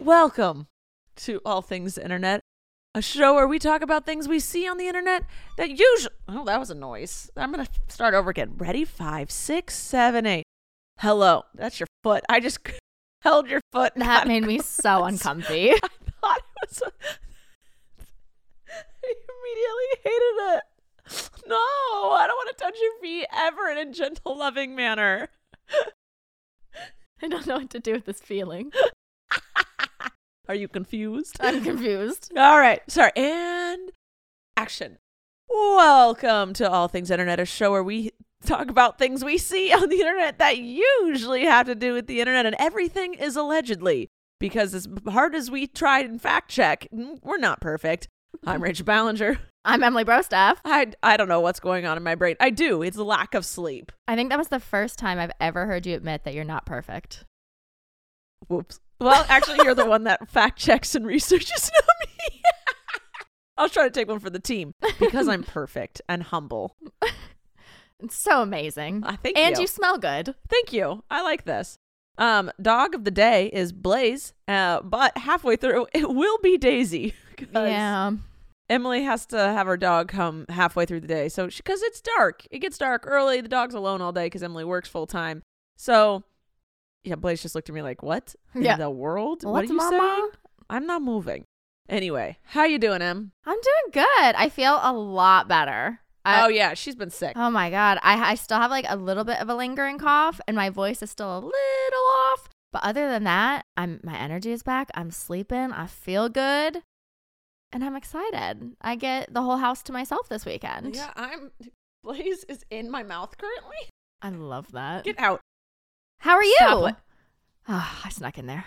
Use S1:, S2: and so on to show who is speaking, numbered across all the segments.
S1: Welcome to All Things Internet, a show where we talk about things we see on the internet that usually. Oh, that was a noise. I'm going to start over again. Ready? Five, six, seven, eight. Hello. That's your foot. I just held your foot. and
S2: That
S1: got
S2: made me so
S1: across.
S2: uncomfy.
S1: I thought it was. A- I immediately hated it. No, I don't want to touch your feet ever in a gentle, loving manner.
S2: I don't know what to do with this feeling.
S1: Are you confused?
S2: I'm confused.
S1: All right. Sorry. And action. Welcome to All Things Internet, a show where we talk about things we see on the internet that usually have to do with the internet, and everything is allegedly. Because as hard as we tried and fact check, mm, we're not perfect. I'm Rachel Ballinger.
S2: I'm Emily Brostaff.
S1: I, I don't know what's going on in my brain. I do. It's the lack of sleep.
S2: I think that was the first time I've ever heard you admit that you're not perfect.
S1: Whoops. Well, actually, you're the one that fact checks and researches, not me. I was trying to take one for the team because I'm perfect and humble.
S2: It's so amazing.
S1: I thank
S2: and
S1: you.
S2: you smell good.
S1: Thank you. I like this. Um, dog of the day is Blaze, uh, but halfway through it will be Daisy. 'cause
S2: Yeah.
S1: Emily has to have her dog come halfway through the day, so because it's dark, it gets dark early. The dog's alone all day because Emily works full time. So, yeah, Blaze just looked at me like, "What in
S2: Yeah.
S1: the world? what
S2: What's
S1: are you
S2: mama?
S1: saying? I'm not moving." Anyway, how you doing, Em?
S2: I'm doing good. I feel a lot better. I-
S1: oh yeah, she's been sick.
S2: Oh my god, I I still have like a little bit of a lingering cough, and my voice is still a little off. But other than that, I'm my energy is back. I'm sleeping. I feel good, and I'm excited. I get the whole house to myself this weekend.
S1: yeah, I'm. Blaze is in my mouth currently.
S2: I love that.
S1: Get out.
S2: How are you?
S1: Stop it.
S2: Oh, I snuck in there.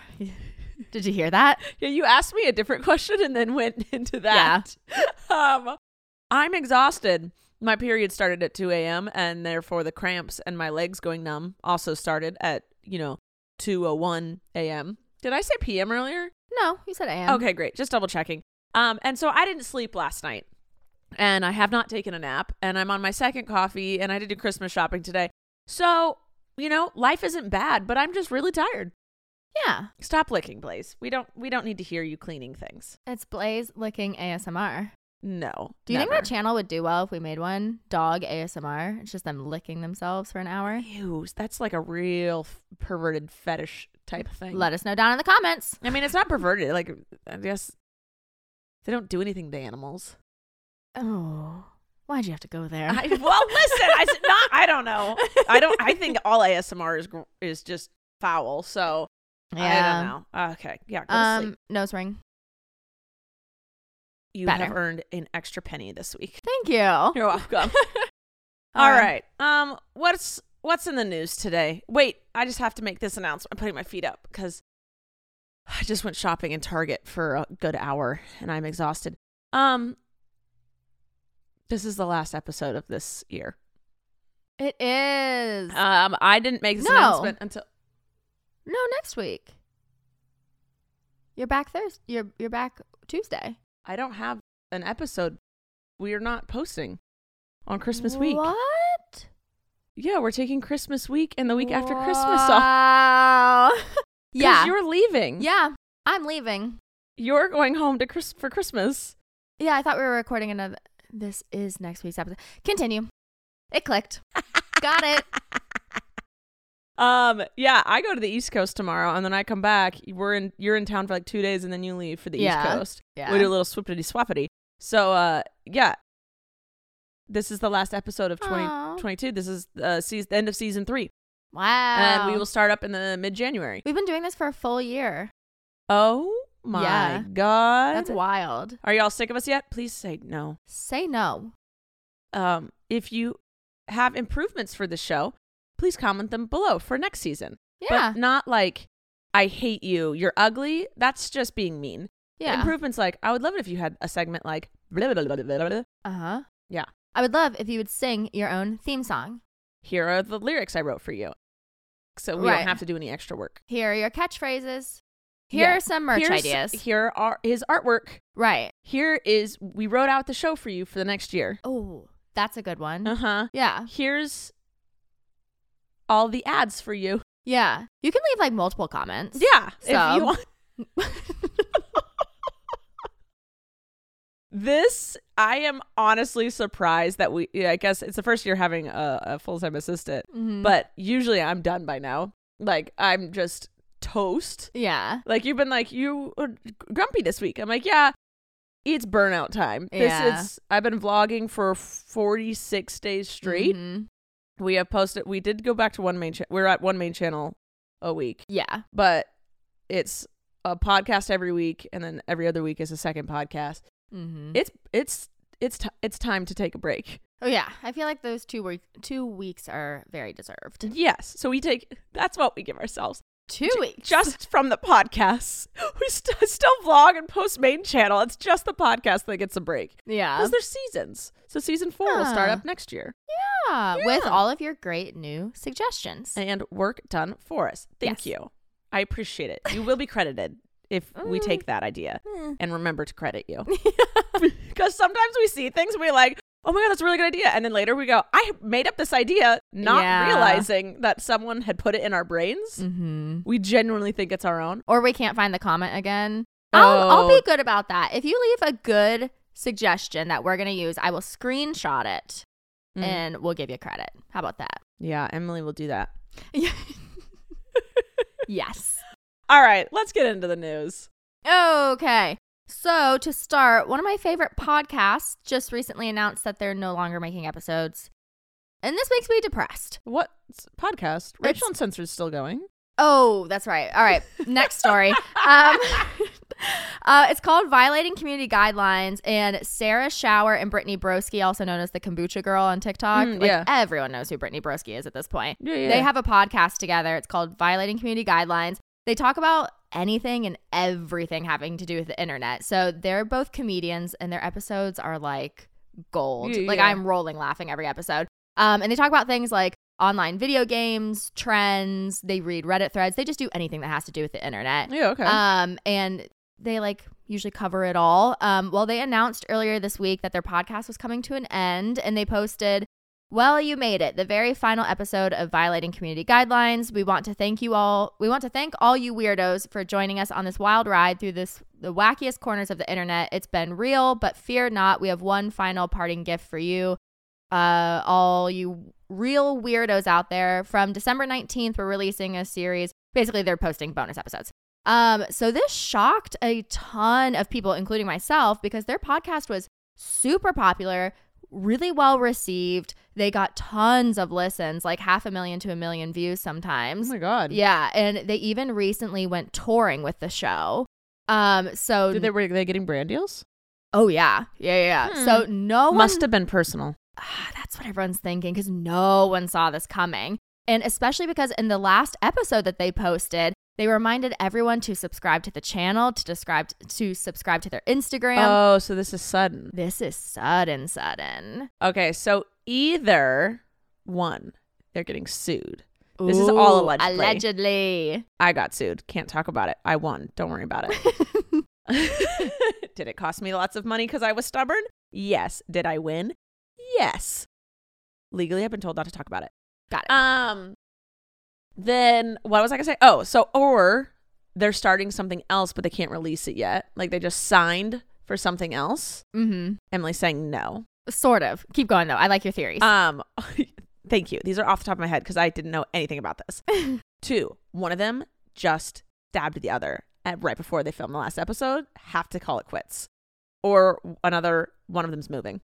S2: Did you hear that?
S1: Yeah, you asked me a different question and then went into that. Um, I'm exhausted. My period started at 2 a.m. and therefore the cramps and my legs going numb also started at, you know, 2:01 a.m. Did I say p.m. earlier?
S2: No, you said I am.
S1: Okay, great. Just double checking. Um, and so I didn't sleep last night, and I have not taken a nap, and I'm on my second coffee, and I did do Christmas shopping today. So you know, life isn't bad, but I'm just really tired.
S2: Yeah,
S1: Stop licking, Blaze. We don't we don't need to hear you cleaning things.
S2: it's Blaze licking ASMR.
S1: No.
S2: Do you think
S1: never.
S2: that channel would do well if we made one? Dog ASMR. It's just them licking themselves for an hour.
S1: Ew, that's like a real f- perverted fetish type of thing.
S2: Let us know down in the comments.
S1: I mean, it's not perverted. Like, I guess they don't do anything to animals.
S2: Oh, why'd you have to go there?
S1: I, well, listen, I said not. I don't know. I don't. I think all ASMR is gr- is just foul. So I don't know. Okay, yeah. Go to
S2: Um,
S1: sleep.
S2: nose ring.
S1: You have
S2: better.
S1: earned an extra penny this week.
S2: Thank you.
S1: You're welcome.
S2: All
S1: all
S2: right.
S1: right. Um, what's What's in the news today? Wait, I just have to make this announcement. I'm putting my feet up because I just went shopping in Target for a good hour and I'm exhausted. Um This is the last episode of this year.
S2: It is.
S1: Um I didn't make this
S2: No.
S1: announcement until
S2: no, next week. You're back Thursday. You're you're back Tuesday.
S1: I don't have an episode. We're not posting on Christmas week.
S2: What?
S1: Yeah, we're taking Christmas week and the week after Christmas off.
S2: Wow.
S1: 'cause
S2: yeah.
S1: You're leaving.
S2: Yeah. I'm leaving.
S1: You're going home to Chris- for Christmas.
S2: Yeah, I thought we were recording another. This is next week's episode. Continue. It clicked. Got it.
S1: Um, yeah, I go to the East Coast tomorrow, and then I come back. We're in, you're in town for like two days, and then you leave for the East
S2: Yeah,
S1: Coast.
S2: yeah.
S1: we do a little swippity swappity. So, uh, yeah, this is the last episode of
S2: Aw.
S1: 2022. This is uh, season, the end of season three,
S2: Wow.
S1: and we will start up in the mid January.
S2: We've been doing this for a full year.
S1: Oh my
S2: Yeah.
S1: god,
S2: That's wild.
S1: are y'all sick of us yet? Please say no.
S2: Say no.
S1: um, if you have improvements for the show, please comment them below for next season.
S2: Yeah.
S1: But not like, I hate you, you're ugly. That's just being mean.
S2: Yeah.
S1: Improvements like, I would love it if you had a segment like, blah, blah, blah, blah, blah, blah.
S2: uh huh.
S1: yeah,
S2: I would love if you would sing your own theme song.
S1: here are the lyrics I wrote for you. So we
S2: Right.
S1: don't have to do any extra work.
S2: Here are your catchphrases. Here
S1: Yeah.
S2: are some merch
S1: Here's-
S2: ideas.
S1: Here are his artwork.
S2: right.
S1: Here is, we wrote out the show for you for the next year.
S2: Oh, that's a good one.
S1: Uh huh.
S2: Yeah.
S1: Here's all the ads for you.
S2: Yeah. You can leave like multiple comments.
S1: Yeah. If
S2: So-
S1: you want. This I am honestly surprised that we. yeah, I guess it's the first year having a, a full time assistant,
S2: Mhm.
S1: but usually I'm done by now. Like I'm just toast.
S2: yeah.
S1: Like you've been like you are grumpy this week. I'm like yeah, it's burnout time.
S2: Yeah.
S1: This is I've been vlogging for 46 days straight.
S2: Mhm.
S1: We have posted. We did go back to one main. Cha- we're at one main channel a week,
S2: Yeah.
S1: but it's a podcast every week, and then every other week is a second podcast
S2: hmm
S1: it's it's it's t- it's time to take a break.
S2: oh yeah. I feel like those two week two weeks are very deserved.
S1: Yes, so we take that's what we give ourselves
S2: Two weeks.
S1: just from the podcast. We st- still vlog and post main channel. It's just the podcast that gets a break
S2: yeah.
S1: because there's seasons. So season four will start
S2: Yeah.
S1: up next year
S2: yeah. With
S1: Yeah.
S2: all of your great new suggestions.
S1: and work done for us. Thank
S2: Yes.
S1: you, I appreciate it. You will be credited if we
S2: Mm.
S1: take that idea
S2: Mm.
S1: and remember to credit you because sometimes we see things and we're like. Oh my god, that's a really good idea. And then later we go, I made up this idea, not
S2: Yeah.
S1: realizing that someone had put it in our brains.
S2: mm-hmm.
S1: We genuinely think it's our own.
S2: Or we can't find the comment again. I'll, I'll
S1: Oh.
S2: be good about that. If you leave a good suggestion that we're going to use, I will screenshot it
S1: Mm.
S2: and we'll give you credit. How about that?
S1: Yeah, Emily will do that.
S2: yes.
S1: All right, let's get into the news.
S2: Okay. So, to start, one of my favorite podcasts just recently announced that they're no longer making episodes. And this makes me depressed.
S1: What s- podcast? Rachel
S2: It's-
S1: and Censored's still going.
S2: Oh, that's right. All right. Next story. um, uh, it's called Violating Community Guidelines. And Sarah Shower and Brittany Broski, also known as the Kombucha Girl on TikTok.
S1: Mm,
S2: like,
S1: yeah.
S2: everyone knows who Brittany Broski is at this point.
S1: Yeah, yeah.
S2: They have a podcast together. It's called Violating Community Guidelines. They talk about anything and everything having to do with the internet. So they're both comedians and their episodes are like gold.
S1: Yeah,
S2: like
S1: yeah.
S2: I'm rolling laughing every episode. Um, and they talk about things like online video games, trends, they read Reddit threads, they just do anything that has to do with the internet.
S1: Yeah, okay.
S2: Um, and they like usually cover it all. Um, well, they announced earlier this week that their podcast was coming to an end, and they posted, "Well, you made it. The very final episode of Violating Community Guidelines. We want to thank you all. We want to thank all you weirdos for joining us on this wild ride through this the wackiest corners of the internet. It's been real, but fear not. We have one final parting gift for you." uh, all you real weirdos out there. From December 19th, we're releasing a series. Basically, they're posting bonus episodes. Um, so this shocked a ton of people, including myself, because their podcast was super popular, really well received. They got tons of listens, like half a million to a million views
S1: oh
S2: sometimes.
S1: my god.
S2: yeah, and they even recently went touring with the show. Um, so
S1: Did they were they getting brand deals?
S2: oh yeah, yeah, yeah. yeah.
S1: Hmm.
S2: So no one
S1: Must have been personal.
S2: ah, that's what everyone's thinking because no one saw this coming. And especially because in the last episode that they posted, they reminded everyone to subscribe to the channel, to describe to subscribe to their Instagram.
S1: Oh, so this is sudden.
S2: this is sudden, sudden.
S1: Okay, so either one, they're getting sued. This is all
S2: Ooh,
S1: allegedly.
S2: Allegedly.
S1: I got sued. Can't talk about it. I won. Don't worry about it. Did it cost me lots of money because I was stubborn? Yes. Did I win? Yes. Legally, I've been told not to talk about it.
S2: Got it.
S1: Um, then what was I gonna say? Oh, so or they're starting something else, but they can't release it yet. Like they just signed for something else.
S2: mm-hmm.
S1: Emily's saying no.
S2: Sort of. Keep going though. I like your theories.
S1: Um, thank you. These are off the top of my head because I didn't know anything about this. Two, one of them just stabbed the other at, right before they filmed the last episode. Have to call it quits, or another one of them's moving.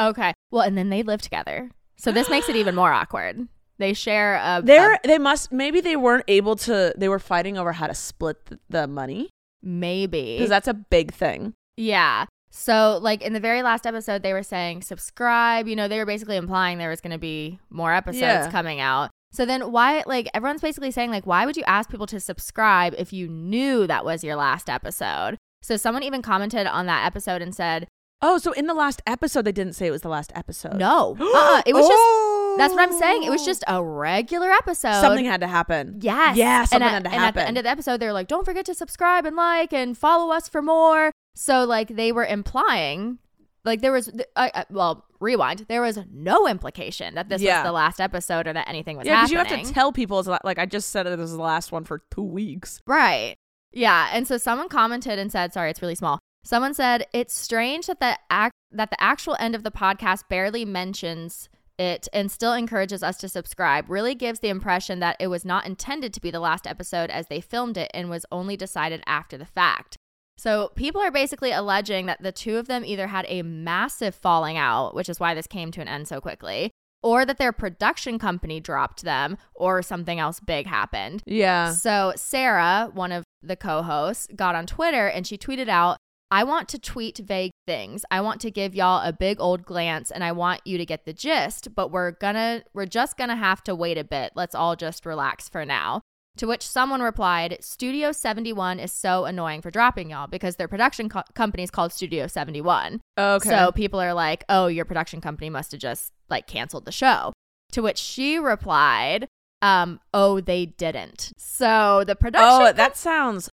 S2: okay. Well, and then they live together, so this makes it even more awkward. They share a.
S1: They're
S2: a-
S1: they must maybe they weren't able to. They were fighting over how to split th- the money
S2: maybe.
S1: because that's a big thing.
S2: yeah. So, like in the very last episode, they were saying subscribe. You know, they were basically implying there was going to be more episodes
S1: Yeah.
S2: coming out. So then, why? Like everyone's basically saying, like, why would you ask people to subscribe if you knew that was your last episode? So someone even commented on that episode and said,
S1: Oh, so in the last episode they didn't say it was the last episode.
S2: no, uh-uh. it was just.
S1: Uh, Oh!
S2: That's what I'm saying. It was just a regular episode.
S1: something had to happen.
S2: Yes.
S1: Yeah, something had to
S2: and and at the
S1: happen.
S2: end of the episode, they were like, don't forget to subscribe and like and follow us for more. So, like, they were implying, like, there was, uh, uh, well, rewind, there was no implication that this
S1: Yeah.
S2: was the last episode or that anything was
S1: yeah, because you
S2: happening.
S1: have to tell people. It's like, like I just said, it was the last one for two weeks.
S2: Right. Yeah. And so someone commented and said, sorry, it's really small. Someone said, it's strange that the, act- that the actual end of the podcast barely mentions it and still encourages us to subscribe. Really gives the impression that it was not intended to be the last episode as they filmed it and was only decided after the fact. So people are basically alleging that the two of them either had a massive falling out, which is why this came to an end so quickly, or that their production company dropped them or something else big happened.
S1: Yeah.
S2: So Sarah, one of the co-hosts, got on Twitter and she tweeted out, "I want to tweet vague things. I want to give y'all a big old glance and I want you to get the gist, but we're gonna we're just gonna have to wait a bit. Let's all just relax for now." To which someone replied, Studio 71 is so annoying for dropping y'all because their production co- company is called Studio 71.
S1: Okay.
S2: So people are like, oh, your production company must have just like canceled the show. To which she replied, um, oh, they didn't. So the production.
S1: oh, that sounds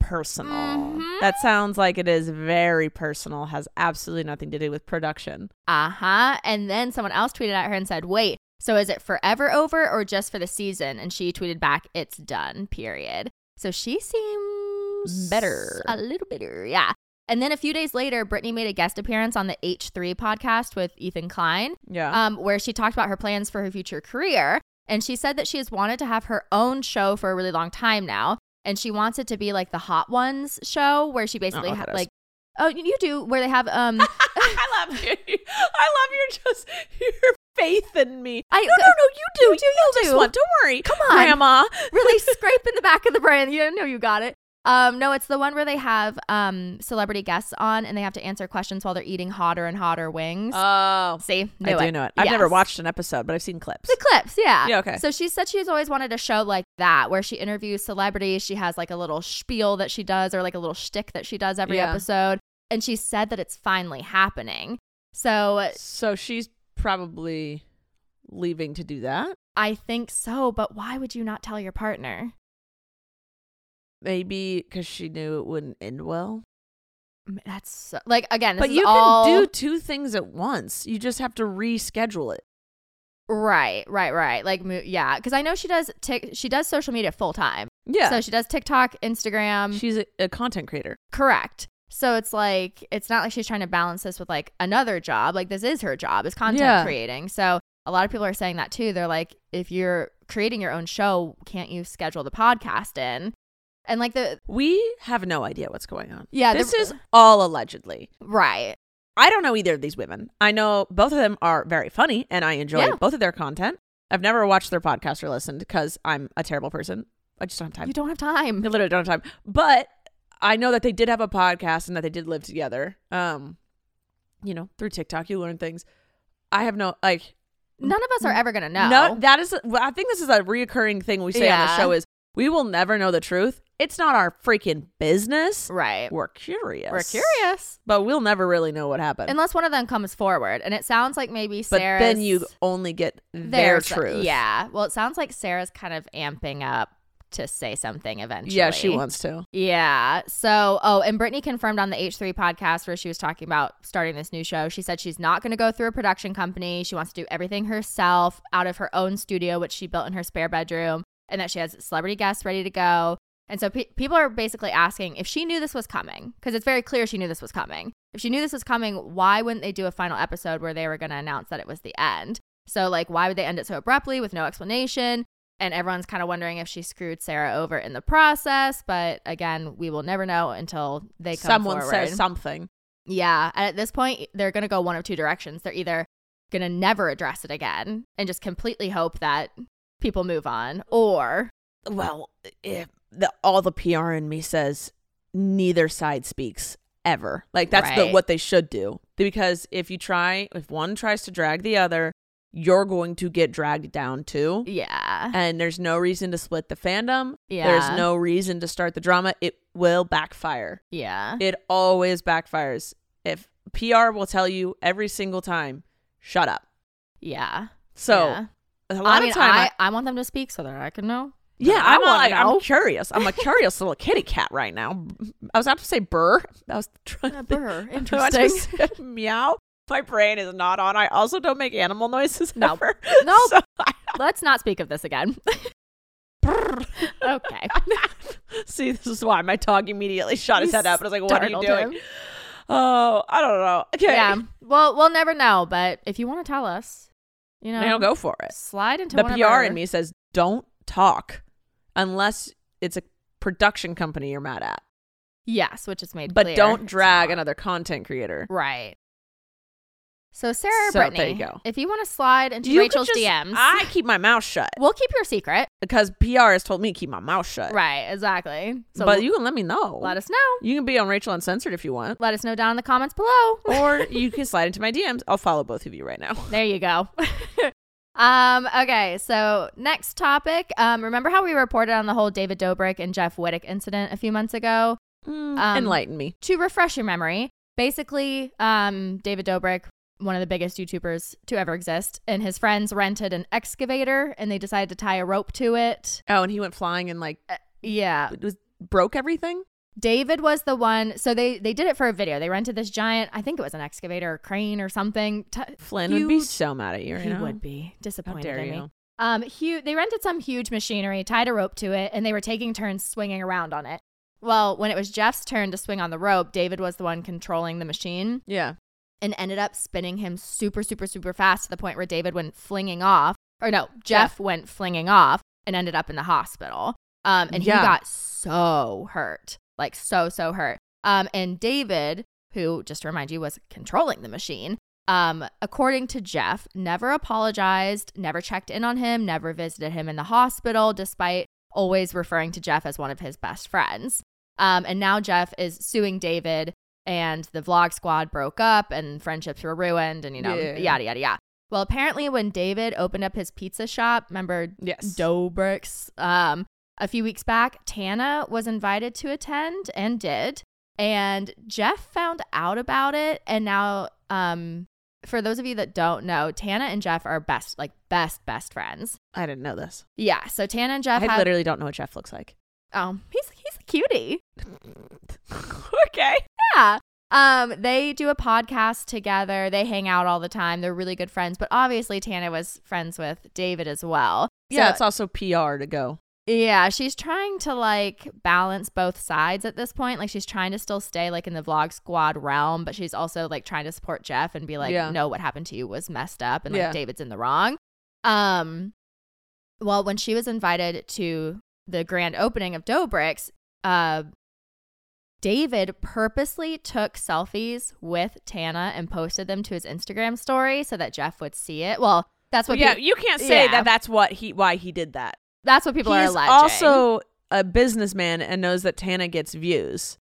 S1: personal.
S2: Mhm.
S1: That sounds like it is very personal. Has absolutely nothing to do with production.
S2: uh huh. And then someone else tweeted at her and said, wait, so is it forever over or just for the season? And she tweeted back, it's done, period. So she seems
S1: Better.
S2: A little better, yeah. And then a few days later, Brittany made a guest appearance on the H3 podcast with Ethan Klein.
S1: Yeah.
S2: um, where she talked about her plans for her future career. And she said that she has wanted to have her own show for a really long time now. And she wants it to be like the Hot Ones show, where she basically
S1: what
S2: ha-
S1: that is.
S2: like, oh, you you do, where they have um,
S1: I love you. I love your just your faith in me.
S2: I uh,
S1: No, no, no. You do. You, know this
S2: do.
S1: one. Don't worry. Come
S2: on.
S1: Grandma.
S2: really scrape in the back of the brain. You know you got it. Um, no, it's the one where they have um celebrity guests on, and they have to answer questions while they're eating hotter and hotter wings.
S1: Oh,
S2: See,
S1: I
S2: Knew
S1: do
S2: it.
S1: know it. I've never
S2: Yes.
S1: watched an episode, but I've seen clips.
S2: The clips, yeah.
S1: Yeah, okay.
S2: So she said she's always wanted a show like that where she interviews celebrities. She has like a little spiel that she does or like a little shtick that she does every
S1: Yeah.
S2: episode. And she said that it's finally happening. So
S1: So she's probably leaving to do that.
S2: I think so, but why would you not tell your partner?
S1: Maybe because she knew it wouldn't end well.
S2: M- That's so, like again, this
S1: But
S2: is
S1: you
S2: all-
S1: can do two things at once. You just have to reschedule it.
S2: right, right, right. Like mo- yeah, because I know she does. Tic- she does social media full time.
S1: Yeah.
S2: So um, she does TikTok, Instagram.
S1: she's a, a content creator.
S2: Correct. So it's like it's not like she's trying to balance this with like another job. Like this is her job is content
S1: Yeah.
S2: creating. So a lot of people are saying that too. They're like, if you're creating your own show, can't you schedule the podcast in? And like the
S1: We have no idea what's going on.
S2: Yeah,
S1: This
S2: there-
S1: is all allegedly.
S2: right.
S1: I don't know either of these women. I know both of them are very funny and I enjoy
S2: Yeah.
S1: both of their content. I've never watched their podcast or listened because I'm a terrible person. I just don't have time.
S2: You don't have
S1: I
S2: time.
S1: literally don't have time. But I know that they did have a podcast and that they did live together. Um, you know, through TikTok, you learn things. I have no like.
S2: None of us are ever gonna know.
S1: No, that is. well, I think this is a reoccurring thing we say on the
S2: Yeah.
S1: show is we will never know the truth. It's not our freaking business.
S2: right.
S1: We're curious.
S2: We're curious.
S1: but we'll never really know what happened.
S2: Unless one of them comes forward, and it sounds like maybe
S1: but
S2: Sarah's.
S1: then you only get their
S2: there's-
S1: truth.
S2: Yeah. Well, it sounds like Sarah's kind of amping up to say something eventually.
S1: yeah, she wants to.
S2: Yeah. So, oh, and Brittany confirmed on the H3 podcast where she was talking about starting this new show. She said she's not going to go through a production company. She wants to do everything herself out of her own studio, which she built in her spare bedroom, and that she has celebrity guests ready to go. And so pe- people are basically asking if she knew this was coming, because it's very clear she knew this was coming. If she knew this was coming, why wouldn't they do a final episode where they were going to announce that it was the end? So, like, why would they end it so abruptly with no explanation? and everyone's kind of wondering if she screwed Sarah over in the process. But again, we will never know until they come
S1: Someone
S2: forward.
S1: says something.
S2: yeah, and at this point, they're going to go one of two directions. They're either going to never address it again and just completely hope that people move on, or
S1: Well, if the, all the PR in me says neither side speaks ever. Like that's the
S2: Right.
S1: what they should do because if you try, if one tries to drag the other, you're going to get dragged down too.
S2: yeah,
S1: And there's no reason to split the fandom.
S2: yeah,
S1: There's no reason to start the drama. It will backfire.
S2: yeah,
S1: It always backfires. If PR will tell you every single time, shut up.
S2: yeah.
S1: So
S2: yeah.
S1: a lot
S2: I mean,
S1: of time, I,
S2: I, I want them to speak so that I can know.
S1: yeah,
S2: I
S1: I'm
S2: wanna
S1: like,
S2: know.
S1: I'm curious. I'm a curious little kitty cat right now. I was about to say burr. I was trying to think-
S2: Burr,
S1: I wanted to say meow. My brain is not on. I also don't make animal noises.
S2: No.
S1: ever.
S2: Nope.
S1: So I-
S2: Let's not speak of this again.
S1: brr.
S2: okay.
S1: See, this is why my dog immediately shot his
S2: You
S1: head up. I was like, "What are you
S2: startled
S1: doing?"
S2: him.
S1: Oh, I don't know. Okay,
S2: Yeah. Well, we'll never know, but if you want to tell us, you know,
S1: now go for it.
S2: slide into
S1: the
S2: one
S1: PR
S2: of our-
S1: in me says don't talk unless it's a production company you're mad at,
S2: Yes, which is made
S1: but
S2: clear.
S1: don't drag
S2: It's not.
S1: another content creator.
S2: Right. So Sarah or
S1: So, there
S2: Brittany,
S1: you go.
S2: if you want to slide into
S1: You could
S2: Rachel's
S1: just-
S2: DMs,
S1: I keep my mouth shut
S2: we'll keep your secret.
S1: because PR has told me to keep my mouth shut.
S2: Right, exactly. So
S1: but
S2: we'll-
S1: you can let me know.
S2: let us know.
S1: you can be on Rachel Uncensored if you want,
S2: Let us know down in the comments below.
S1: or you can slide into my DMs. I'll follow both of you right now.
S2: There you go. um, okay, so next topic. Um, remember how we reported on the whole David Dobrik and Jeff Wittick incident a few months ago? Um,
S1: Enlighten me.
S2: to refresh your memory, basically, um, David Dobrik, one of the biggest YouTubers to ever exist, and his friends rented an excavator and they decided to tie a rope to it. Uh,
S1: Oh, and he went flying and like
S2: Yeah.
S1: was broke everything.
S2: David was the one. So they, they did it for a video. They rented this giant, I think it was an excavator or crane or something. T-
S1: Flynn would be
S2: huge-
S1: so mad at you. Right
S2: He
S1: now.
S2: would be
S1: How
S2: disappointed
S1: dare
S2: in me.
S1: you?
S2: Um, huge, they rented some huge machinery, tied a rope to it, and they were taking turns swinging around on it. Well, when it was Jeff's turn to swing on the rope, David was the one controlling the machine.
S1: Yeah.
S2: and ended up spinning him super, super, super fast to the point where David went flinging off, or no, Jeff went flinging off and ended up in the hospital. Um, and
S1: Yeah.
S2: he got so hurt, like so, so hurt. Um, and David, who just to remind you was controlling the machine, um, according to Jeff, never apologized, never checked in on him, never visited him in the hospital, despite always referring to Jeff as one of his best friends. Um, and now Jeff is suing David, and the vlog squad broke up, and friendships were ruined, and you know,
S1: Yeah.
S2: yada, yada, yada. Well, apparently, when David opened up his pizza shop, remember
S1: Yes.
S2: Dobrik's um, a few weeks back, Tana was invited to attend and did. And Jeff found out about it. And now, um, for those of you that don't know, Tana and Jeff are best, like best, best friends.
S1: I didn't know this.
S2: Yeah. So Tana and Jeff
S1: I
S2: have-
S1: literally don't know what Jeff looks like.
S2: oh, he's, he's a cutie.
S1: okay.
S2: Yeah. Um, they do a podcast together. They hang out all the time. They're really good friends. But obviously, Tana was friends with David as well.
S1: Yeah,
S2: So-
S1: it's also PR to go.
S2: Yeah, she's trying to like balance both sides at this point. Like she's trying to still stay like in the vlog squad realm, but she's also like trying to support Jeff and be like,
S1: Yeah.
S2: no, what happened to you was messed up and like
S1: Yeah.
S2: David's in the wrong. Um well, when she was invited to the grand opening of Dobrik's, uh David purposely took selfies with Tana and posted them to his Instagram story so that Jeff would see it. Well, that's what
S1: yeah,
S2: pe-
S1: you can't say
S2: yeah.
S1: that that's what he why he did that.
S2: that's what people
S1: He
S2: are
S1: is
S2: alleging.
S1: also a businessman and knows that Tana gets views.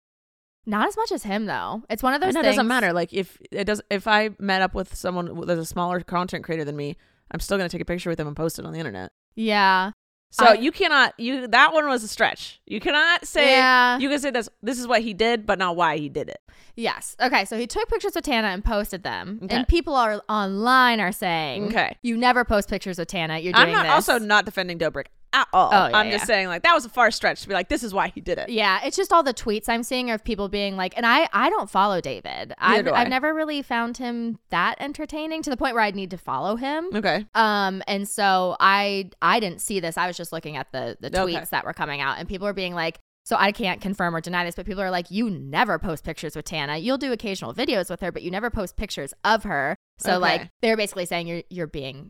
S2: Not as much as him though. It's one of those.
S1: and it
S2: things,
S1: doesn't matter. Like if it does, if I met up with someone that's a smaller content creator than me, I'm still gonna take a picture with him and post it on the internet.
S2: Yeah.
S1: So
S2: I-
S1: you cannot you that one was a stretch. You cannot say
S2: Yeah.
S1: you can say this this is what he did, but not why he did it.
S2: Yes. Okay. So he took pictures with Tana and posted them,
S1: Okay.
S2: and people are online are saying,
S1: Okay.
S2: you never post pictures with Tana. You're doing
S1: I'm not
S2: this."
S1: also not defending Dobrik at all.
S2: Oh, yeah,
S1: I'm just
S2: yeah.
S1: saying like that was a far stretch to be like this is why he did it.
S2: Yeah, it's just all the tweets I'm seeing are of people being like, and I I don't follow David. I've,
S1: do I.
S2: I've never really found him that entertaining to the point where I'd need to follow him.
S1: Okay.
S2: Um, and so I I didn't see this. I was just looking at the the
S1: Okay.
S2: tweets that were coming out, and people were being like, so I can't confirm or deny this, but people are like, you never post pictures with Tana. You'll do occasional videos with her, but you never post pictures of her. So
S1: Okay.
S2: like they're basically saying you're you're being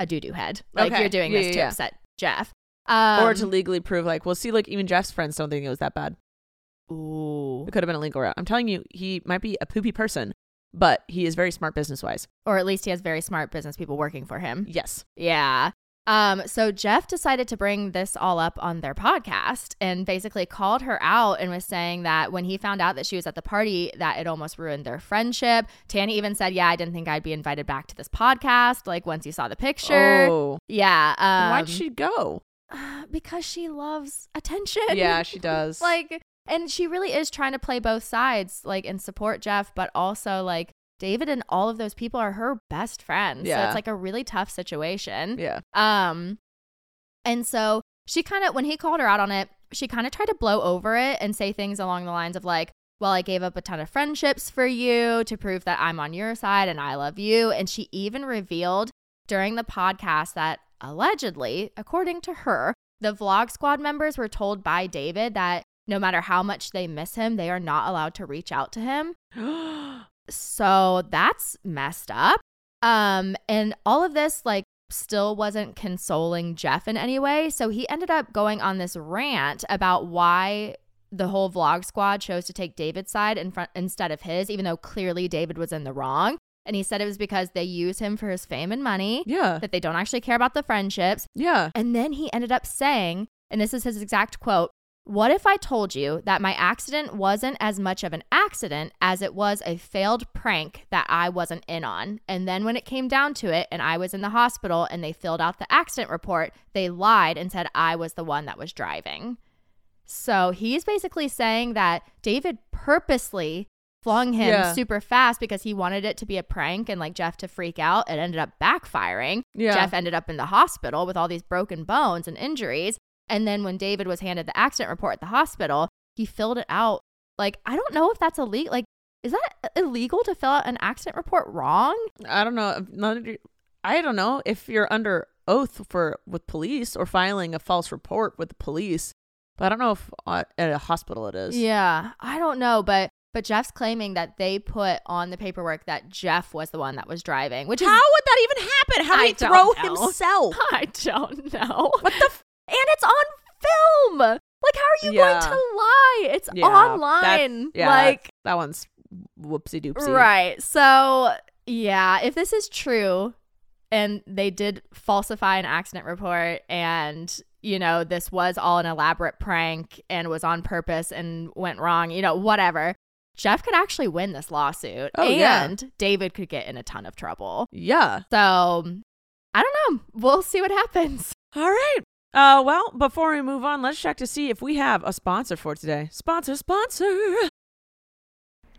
S2: a doo doo head. Like
S1: Okay.
S2: you're doing
S1: Yeah,
S2: this
S1: yeah,
S2: to
S1: yeah.
S2: upset Jeff. Um,
S1: or to legally prove like, well, see, look, even Jeff's friends don't think it was that bad.
S2: ooh.
S1: It could have been a legal route. I'm telling you, he might be a poopy person, but he is very smart business wise.
S2: or at least he has very smart business people working for him.
S1: Yes.
S2: Yeah. Um, so Jeff decided to bring this all up on their podcast and basically called her out and was saying that when he found out that she was at the party, that it almost ruined their friendship. Tanya even said, "Yeah, I didn't think I'd be invited back to this podcast." Like once you saw the picture,
S1: Oh.
S2: yeah. Um,
S1: Why'd she go?
S2: uh, Because she loves attention.
S1: Yeah, she does.
S2: like, and she really is trying to play both sides, like, and support Jeff, but also like David and all of those people are her best friends. So
S1: Yeah.
S2: it's like a really tough situation.
S1: Yeah.
S2: Um, and so she kind of, when he called her out on it, she kind of tried to blow over it and say things along the lines of like, well, I gave up a ton of friendships for you to prove that I'm on your side and I love you. And she even revealed during the podcast that allegedly, according to her, the Vlog Squad members were told by David that no matter how much they miss him, they are not allowed to reach out to him. So that's messed up. Um, and all of this, like, still wasn't consoling Jeff in any way. So he ended up going on this rant about why the whole vlog squad chose to take David's side in front instead of his, even though clearly David was in the wrong. And he said it was because they use him for his fame and money,
S1: yeah.
S2: that they don't actually care about the friendships.
S1: Yeah.
S2: And then he ended up saying, and this is his exact quote What if I told you that my accident wasn't as much of an accident as it was a failed prank that I wasn't in on? And then when it came down to it, and I was in the hospital and they filled out the accident report, they lied and said I was the one that was driving. So he's basically saying that David purposely flung him
S1: Yeah.
S2: super fast because he wanted it to be a prank and like Jeff to freak out. It ended up backfiring.
S1: Yeah.
S2: Jeff ended up in the hospital with all these broken bones and injuries. And then when David was handed the accident report at the hospital, he filled it out. Like, I don't know if that's illegal. Like, is that illegal to fill out an accident report wrong?
S1: I don't know. if None of you, I don't know if you're under oath for with police or filing a false report with the police, but I don't know if uh, at a hospital it is.
S2: Yeah, I don't know, but but Jeff's claiming that they put on the paperwork that Jeff was the one that was driving, which
S1: How
S2: is
S1: would that even happen? How did
S2: I
S1: he throw
S2: don't know.
S1: himself?
S2: I don't know.
S1: What the? F-
S2: And it's on film. Like, how are you
S1: Yeah.
S2: going to lie? It's
S1: Yeah,
S2: online.
S1: that's- yeah,
S2: like,
S1: that one's whoopsie doopsie.
S2: Right. So, yeah, if this is true and they did falsify an accident report and, you know, this was all an elaborate prank and was on purpose and went wrong, you know, whatever, Jeff could actually win this lawsuit
S1: Oh, yeah.
S2: and David could get in a ton of trouble.
S1: Yeah.
S2: So, I don't know. We'll see what happens.
S1: All right. Uh, well, before we move on, let's check to see if we have a sponsor for today. Sponsor, sponsor.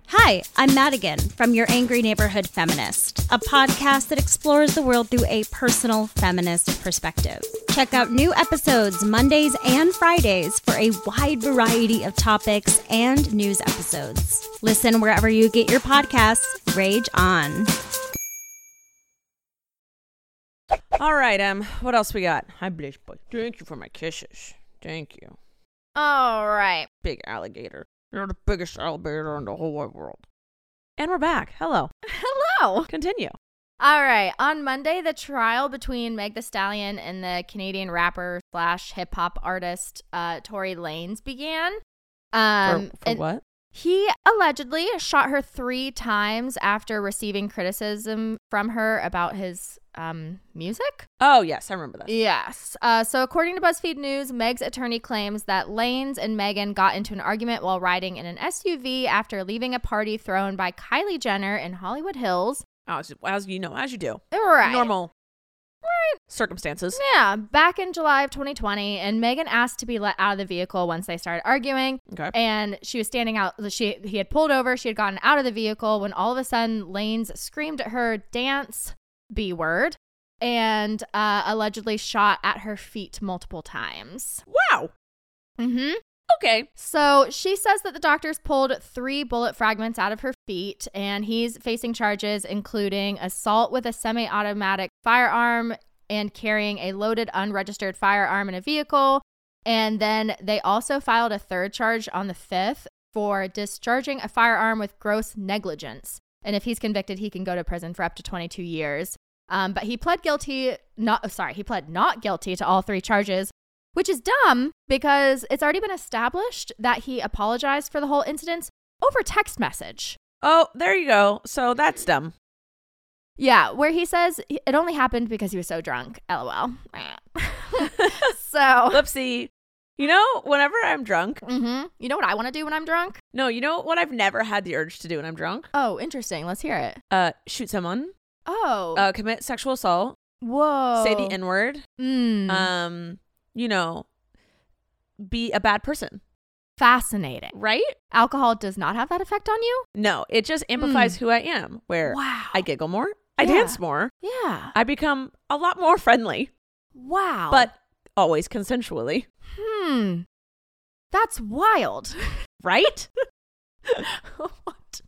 S3: Hi, I'm Madigan from Your Angry Neighborhood Feminist, a podcast that explores the world through a personal feminist perspective. Check out new episodes Mondays and Fridays for a wide variety of topics and news episodes. Listen wherever you get your podcasts. Rage on.
S1: All right, Em. What else we got? Hi, Bleach Boy. Thank you for my kisses. Thank you.
S2: All right.
S1: Big alligator. You're the biggest alligator in the whole wide world. And we're back. Hello.
S2: Hello.
S1: Continue.
S2: All right. On Monday, the trial between Meg The Stallion and the Canadian rapper slash hip hop artist uh, Tory Lanez began. Um,
S1: for for
S2: and
S1: what?
S2: He allegedly shot her three times after receiving criticism from her about his um, music.
S1: Oh, yes. I remember that.
S2: Yes. Uh, so, according to BuzzFeed News, Meg's attorney claims that Lanes and Megan got into an argument while riding in an SUV after leaving a party thrown by Kylie Jenner in Hollywood Hills.
S1: As, as you know, as you do.
S2: Right.
S1: Normal
S2: Right.
S1: circumstances.
S2: Yeah, back in July of 2020, and Megan asked to be let out of the vehicle once they started arguing.
S1: Okay.
S2: And she was standing out. She he had pulled over. She had gotten out of the vehicle when all of a sudden Lanes screamed at her dance b word, and uh, allegedly shot at her feet multiple times.
S1: Wow.
S2: Mm-hmm.
S1: Okay.
S2: So she says that the doctors pulled three bullet fragments out of her feet, and he's facing charges including assault with a semi automatic firearm and carrying a loaded unregistered firearm in a vehicle. And then they also filed a third charge on the 5th for discharging a firearm with gross negligence. And if he's convicted, he can go to prison for up to 22 years. Um, but he pled guilty, not oh, sorry, he pled not guilty to all three charges, which is dumb because it's already been established that he apologized for the whole incident over text message.
S1: Oh, there you go. So that's dumb.
S2: Yeah, where he says it only happened because he was so drunk. LOL. so,
S1: Whoopsie. You know, whenever I'm drunk,
S2: hmm you know what I want to do when I'm drunk?
S1: no, you know what I've never had the urge to do when I'm drunk?
S2: Oh, interesting. Let's hear it.
S1: Uh, shoot someone,
S2: Oh,
S1: uh, commit sexual assault,
S2: whoa.
S1: say the N word,
S2: Mm,
S1: um, you know, be a bad person,
S2: fascinating.
S1: right?
S2: Alcohol does not have that effect on you?
S1: No, it just amplifies who I am, where
S2: Hmm. Wow.
S1: I giggle more, I
S2: Yeah.
S1: dance more,
S2: yeah.
S1: I become a lot more friendly,
S2: Wow.
S1: but always consensually,
S2: hmm, that's wild.
S1: right?
S2: What?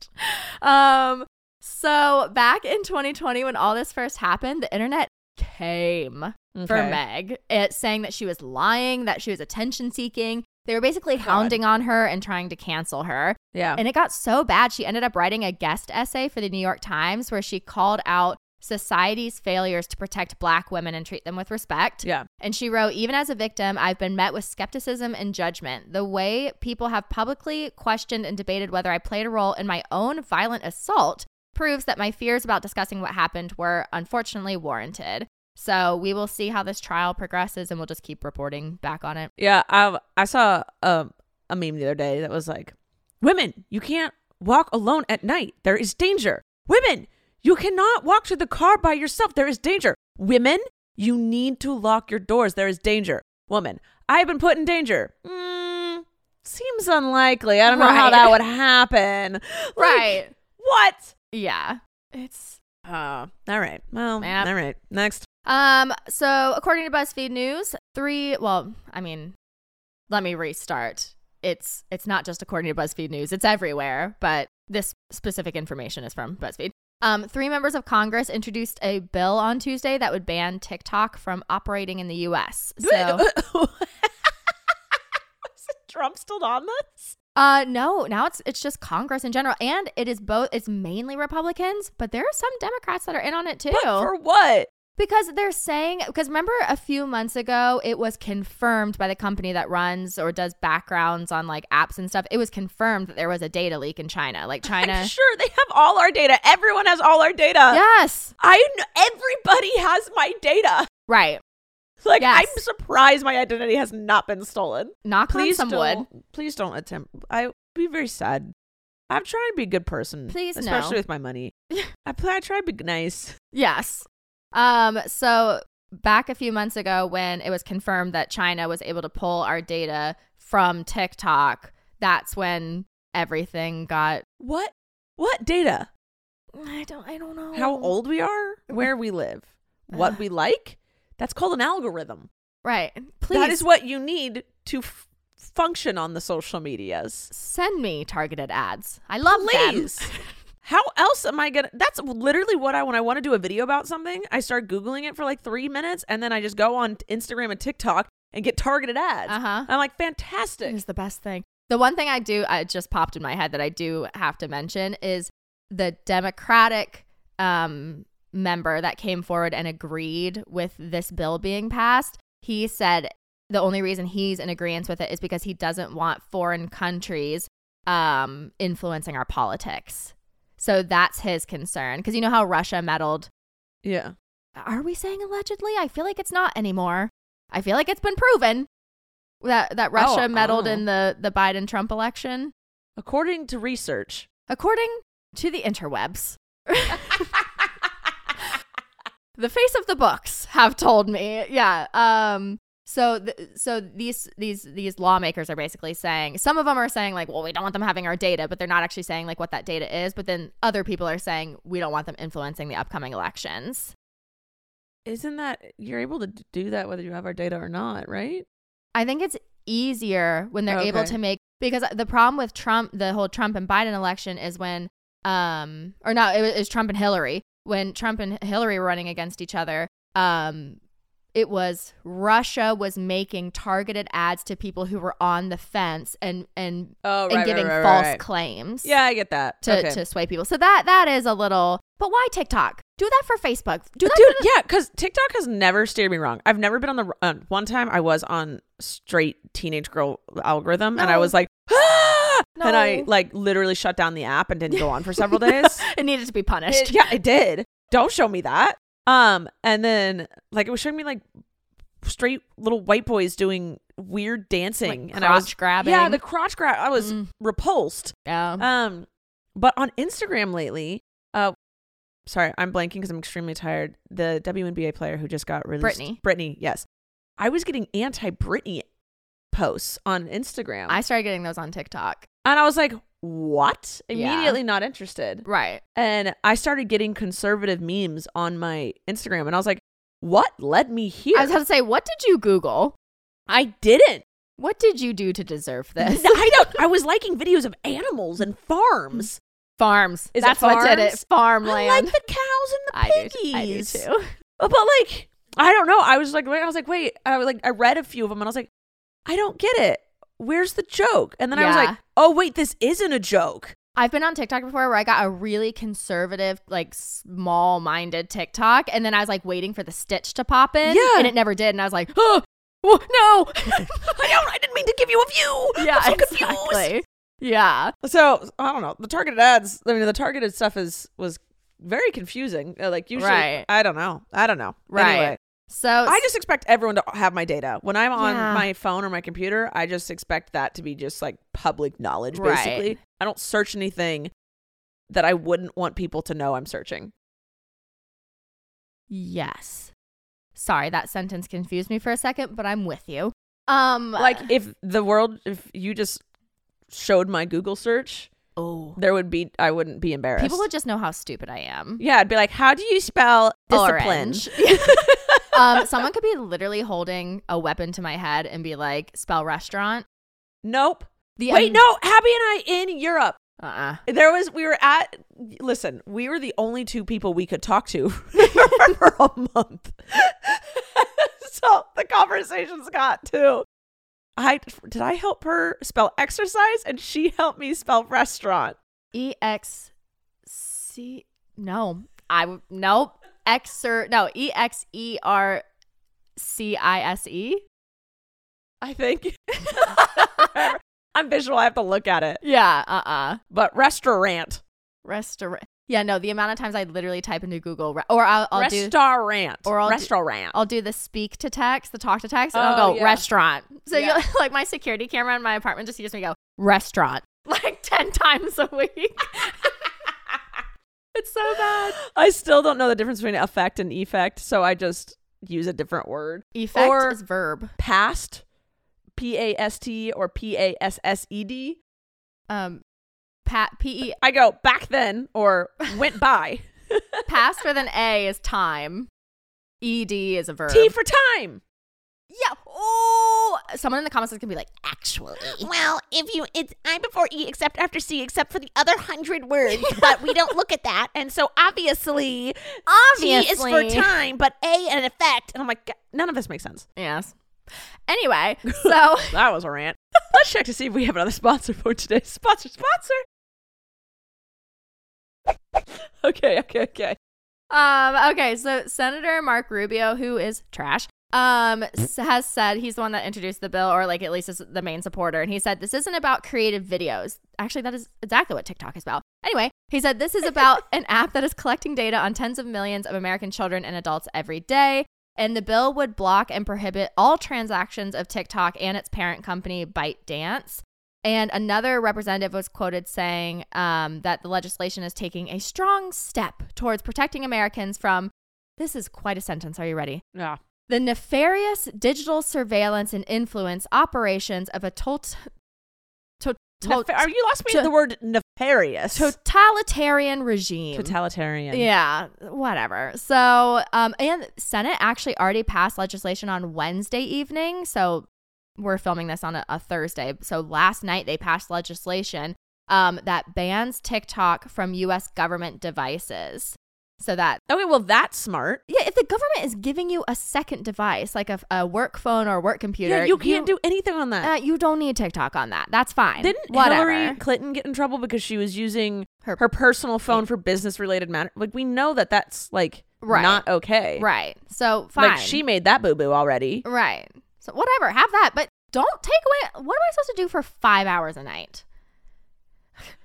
S2: um so back in 2020 when all this first happened the internet came for
S1: Okay.
S2: meg it saying that she was lying that she was attention seeking they were basically
S1: God.
S2: hounding on her and trying to cancel her
S1: Yeah.
S2: and it got so bad she ended up writing a guest essay for the new york times where she called out society's failures to protect black women and treat them with respect
S1: yeah.
S2: and she wrote, Even as a victim, I've been met with skepticism and judgment. The way people have publicly questioned and debated whether I played a role in my own violent assault proves that my fears about discussing what happened were unfortunately warranted. So we will see how this trial progresses and we'll just keep reporting back on it.
S1: Yeah, I I saw a a meme the other day that was like, "Women, you can't walk alone at night. There is danger. Women, you cannot walk to the car by yourself. There is danger. Women, you need to lock your doors. There is danger. Woman, I've been put in danger." Mm, seems unlikely. I don't know how
S2: Right.
S1: that would happen. Like, What?
S2: Yeah. It's
S1: Uh, all right. Well,
S2: Oh. Yep.
S1: all right. Next.
S2: Um, so according to BuzzFeed News, three well, I mean, let me restart. It's it's not just according to BuzzFeed News, it's everywhere, but this specific information is from BuzzFeed. Um, three members of Congress introduced a bill on Tuesday that would ban TikTok from operating in the US. So
S1: Is Trump still on this?
S2: uh no, now it's it's just Congress in general. And it is both it's mainly Republicans, but there are some Democrats that are in on it too.
S1: But for what?
S2: Because they're saying, because remember a few months ago, it was confirmed by the company that runs or does backgrounds on like apps and stuff. It was confirmed that there was a data leak in China. Like China.
S1: I'm sure they have all our data. Everyone has all our data.
S2: yes.
S1: I kn- everybody has my data.
S2: Right.
S1: Like
S2: Yes.
S1: I'm surprised my identity has not been stolen.
S2: Knock
S1: Please
S2: on some wood.
S1: don't. Please don't attempt. I would be very sad. I'm trying to be a good person.
S2: Please no.
S1: especially with my money. I play. I try to be nice.
S2: Yes. Um, so back a few months ago when it was confirmed that China was able to pull our data from TikTok, that's when everything got
S1: What? What data?
S2: I don't I don't know.
S1: How old we are?
S2: Mm-hmm.
S1: Where we live? What we like? That's called an algorithm.
S2: Right. Please
S1: That is what you need to f- function on the social medias.
S2: send me targeted ads. I love them.
S1: Please. How else am I gonna? That's literally what I when I want to do a video about something. I start googling it for like three minutes, and then I just go on Instagram and TikTok and get targeted ads.
S2: Uh-huh.
S1: I'm like, fantastic.
S2: Is the best thing. The one thing I do, I it just popped in my head that I do have to mention is the Democratic um, member that came forward and agreed with this bill being passed. He said the only reason he's in agreement with it is because he doesn't want foreign countries um, influencing our politics. So that's his concern. Because you know how Russia meddled.
S1: Yeah.
S2: Are we saying allegedly? I feel like it's not anymore. I feel like it's been proven that that Russia
S1: Oh,
S2: meddled
S1: oh.
S2: in the the Biden Trump election,
S1: According to research,
S2: according to the interwebs. the face of the books have told me. Yeah. Um. So, th- so these these these lawmakers are basically saying some of them are saying like, well, we don't want them having our data, but they're not actually saying like what that data is. But then other people are saying we don't want them influencing the upcoming elections.
S1: Isn't that you're able to d- do that whether you have our data or not, right?
S2: I think it's easier when they're able
S1: Okay.
S2: to make because the problem with Trump, the whole Trump and Biden election is when, um, or no, it was, it was Trump and Hillary when Trump and Hillary were running against each other. Um, it was Russia was making targeted ads to people who were on the fence and and
S1: Oh,
S2: and giving false claims.
S1: Yeah, I get that.
S2: To,
S1: okay.
S2: to sway people. So that that is a little but why TikTok? Do that for Facebook. Do that
S1: Dude,
S2: for
S1: yeah, because TikTok has never steered me wrong. I've never been on the uh, one time I was on straight teenage girl algorithm, and I
S2: No.
S1: was like, ah! and I
S2: No.
S1: like literally shut down the app and didn't go on for several days.
S2: it needed to be
S1: It-
S2: punished.
S1: yeah, I did. Don't show me that. Um, and then like it was showing me like straight little white boys doing weird dancing,
S2: Like
S1: and I was
S2: crotch grabbing.
S1: yeah, the crotch grab. I was
S2: Mm.
S1: repulsed.
S2: yeah.
S1: Um, but on Instagram lately, uh, sorry, I'm blanking because I'm extremely tired. The WNBA player who just got released,
S2: Brittany.
S1: Brittany, yes. I was getting anti-Brittany posts on Instagram,
S2: I started getting those on TikTok.
S1: and I was like, "What?"
S2: Yeah.
S1: Immediately not interested.
S2: Right.
S1: And I started getting conservative memes on my Instagram, and I was like, "What led me here?"
S2: I was about to say, what did you Google?
S1: I didn't.
S2: What did you do to deserve this?
S1: I don't. I was liking videos of animals and farms.
S2: Farms.
S1: Is it
S2: That's what did it.
S1: farms?
S2: Farmland.
S1: I like the cows
S2: I
S1: and the
S2: do,
S1: piggies.
S2: I do too.
S1: Uh, But like, I don't know. I was like, I was like, wait. I was like, I read a few of them, and I was like, I don't get it. Where's the joke? And then I was
S2: Yeah.
S1: like, oh wait, this isn't a joke.
S2: I've been on TikTok before where I got a really conservative, like small minded TikTok. And then I was like waiting for the stitch to pop in.
S1: Yeah.
S2: And it never did. And I was like, oh, whoa, no.
S1: I don't. I didn't mean to give you a view.
S2: yeah,
S1: I'm so confused.
S2: exactly. Yeah.
S1: So I don't know. The targeted ads. I mean, the targeted stuff is was very confusing. Uh, Like usually,
S2: Right.
S1: I don't know. I don't know.
S2: Right.
S1: Anyway,
S2: So
S1: I just expect everyone to have my data when I'm on
S2: Yeah.
S1: my phone or my computer. I just expect that to be just like public knowledge,
S2: Right.
S1: basically. I don't search anything that I wouldn't want people to know I'm searching.
S2: yes. Sorry, that sentence confused me for a second, but I'm with you. Um,
S1: like if the world if you just showed my google search
S2: oh,
S1: there would be i wouldn't be embarrassed
S2: people would just know how stupid I am.
S1: yeah i'd be like how do you spell discipline
S2: Orange. um, someone could be literally holding a weapon to my head and be like, "Spell restaurant."
S1: nope
S2: The
S1: wait no abby and i in europe
S2: Uh. uh
S1: there was we were at listen we were the only two people we could talk to for a month so the conversations got too i did i help her spell exercise and she helped me spell restaurant
S2: E X C. No, I w- nope. Exer. No. E X E R C I S E.
S1: I think. I'm visual. I have to look at it.
S2: Yeah. Uh. uh
S1: But restaurant,
S2: Restaurant. Yeah. No. The amount of times I literally type into Google, re- or I'll, I'll do.
S1: restaurant,
S2: or I'll do-
S1: restaurant.
S2: I'll do the speak to text, the talk to text, and
S1: Oh,
S2: I'll go
S1: yeah.
S2: restaurant. So
S1: Yeah.
S2: you like my security camera in my apartment just hears me go restaurant like ten times a week. it's so bad.
S1: I still don't know the difference between effect and effect, so I just use a different word.
S2: Effect
S1: Or-
S2: is verb.
S1: Past, P A S T or P A S S E D.
S2: Um, pat p e
S1: I go back then or went by.
S2: past with an a is time. E d is a verb.
S1: T for time.
S2: yeah. Oh, someone in the comments is gonna be like, actually.
S4: Well, if you, it's I before E except after C, except for the other hundred words, but we don't look at that. And so obviously, T is for
S2: Obviously.
S4: time, but A and effect.
S1: And I'm like, "God, none of this makes sense.
S2: Yes. Anyway, so
S1: That was a rant. Let's check to see if we have another sponsor for today. Sponsor, sponsor. Okay, okay, okay.
S2: Um, okay, so Senator Mark Rubio, who is trash, um, s- has said he's the one that introduced the bill, or like at least is the main supporter, and he said this isn't about creative videos. Actually, that is exactly what TikTok is about. Anyway, he said this is about an app that is collecting data on tens of millions of American children and adults every day. And the bill would block and prohibit all transactions of TikTok and its parent company, ByteDance. And another representative was quoted saying um, that the legislation is taking a strong step towards protecting Americans from This is quite a sentence. Are you ready?
S1: Yeah.
S2: The nefarious digital surveillance and influence operations of a tot- tot- tot-
S1: Nefa- are you lost me
S2: to-
S1: in the word nefarious?
S2: totalitarian regime.
S1: Totalitarian.
S2: Yeah, whatever. So, um, and Senate actually already passed legislation on Wednesday evening. So we're filming this on a, a Thursday. So last night they passed legislation um, that bans TikTok from U.S. government devices. So that
S1: Okay, well that's smart.
S2: yeah, if the government is giving you a second device like a, a work phone or a work computer,
S1: yeah, you can't do anything on that.
S2: Uh, you don't need TikTok on that. That's fine.
S1: Didn't
S2: whatever.
S1: Hillary Clinton get in trouble because she was using
S2: Her-
S1: her, personal phone for business related matter? Like we know that that's like
S2: Right.
S1: not okay.
S2: right. So fine.
S1: Like she made that boo boo already.
S2: Right. So whatever, have that, but don't take away. What am I supposed to do for five hours a night?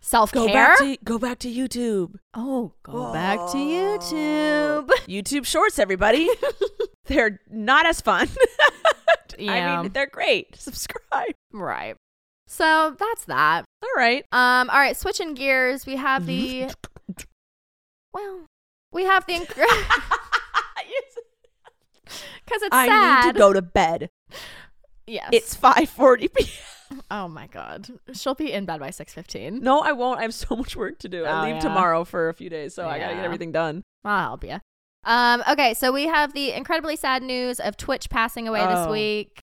S2: Self
S1: Go
S2: care.
S1: back to go back to YouTube.
S2: oh, go back to YouTube.
S1: YouTube Shorts, everybody. they're not as fun.
S2: Yeah.
S1: I mean, they're great. Subscribe.
S2: Right. So that's that.
S1: All right.
S2: Um. All right. Switching gears, we have the. well, we have the because it's
S1: I
S2: sad.
S1: need to go to bed.
S2: Yes.
S1: It's 5:40 p.m.
S2: oh my god. She'll be in bed by six fifteen.
S1: No, I won't. I have so much work to do.
S2: Oh,
S1: I leave
S2: yeah.
S1: tomorrow for a few days, so I gotta
S2: Yeah.
S1: get everything done.
S2: I'll help you. Um, okay, so we have the incredibly sad news of Twitch passing away this
S1: Oh.
S2: week.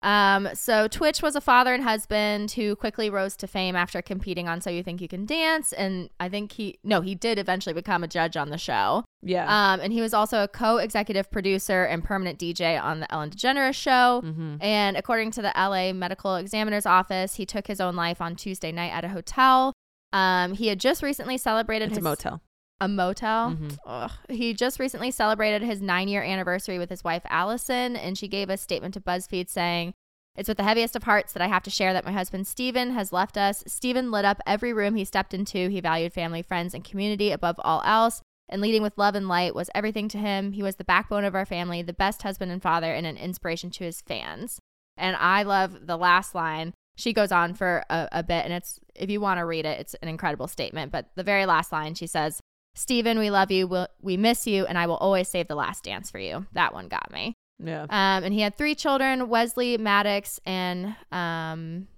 S2: Um, so Twitch was a father and husband who quickly rose to fame after competing on So You Think You Can Dance, and I think he no, he did eventually become a judge on the show.
S1: Yeah.
S2: Um, and he was also a co-executive producer and permanent DJ on the Ellen DeGeneres show.
S1: Mm-hmm.
S2: And according to the LA Medical Examiner's Office, he took his own life on Tuesday night at a hotel. Um, he had just recently celebrated
S1: It's a
S2: his
S1: motel.
S2: a motel.
S1: Mhm.
S2: Ugh. He just recently celebrated his nine year anniversary with his wife, Allison, and she gave a statement to BuzzFeed saying, It's with the heaviest of hearts that I have to share that my husband, Steven, has left us. Steven lit up every room he stepped into. He valued family, friends, and community above all else. And leading with love and light was everything to him. He was the backbone of our family, the best husband and father, and an inspiration to his fans. And I love the last line. She goes on for a, a bit, and it's if you want to read it, it's an incredible statement. But the very last line, she says, Steven, we love you. We'll, we miss you. And I will always save the last dance for you. That one got me.
S1: Yeah.
S2: Um, and he had three children Wesley, Maddox, and, um,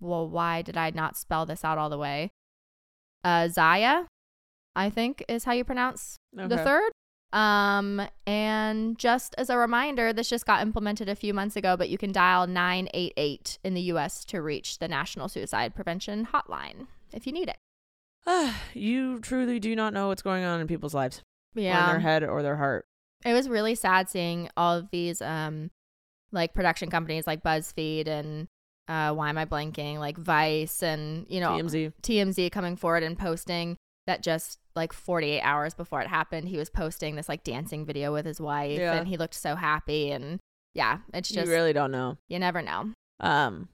S2: well, why did I not spell this out all the way? Uh, Zaya, I think is how you pronounce the
S1: Okay.
S2: third. Um, and just as a reminder, this just got implemented a few months ago, but you can dial 988 in the US to reach the National Suicide Prevention Hotline if you need it.
S1: you truly do not know what's going on in people's lives, or in their head or their heart.
S2: it was really sad seeing all of these um like production companies like BuzzFeed and uh why am I blanking like Vice and you know
S1: TMZ.
S2: TMZ coming forward and posting that just like 48 hours before it happened he was posting this like dancing video with his wife
S1: Yeah.
S2: and he looked so happy and yeah it's just
S1: you
S2: you,
S1: really don't know.
S2: never know
S1: Um.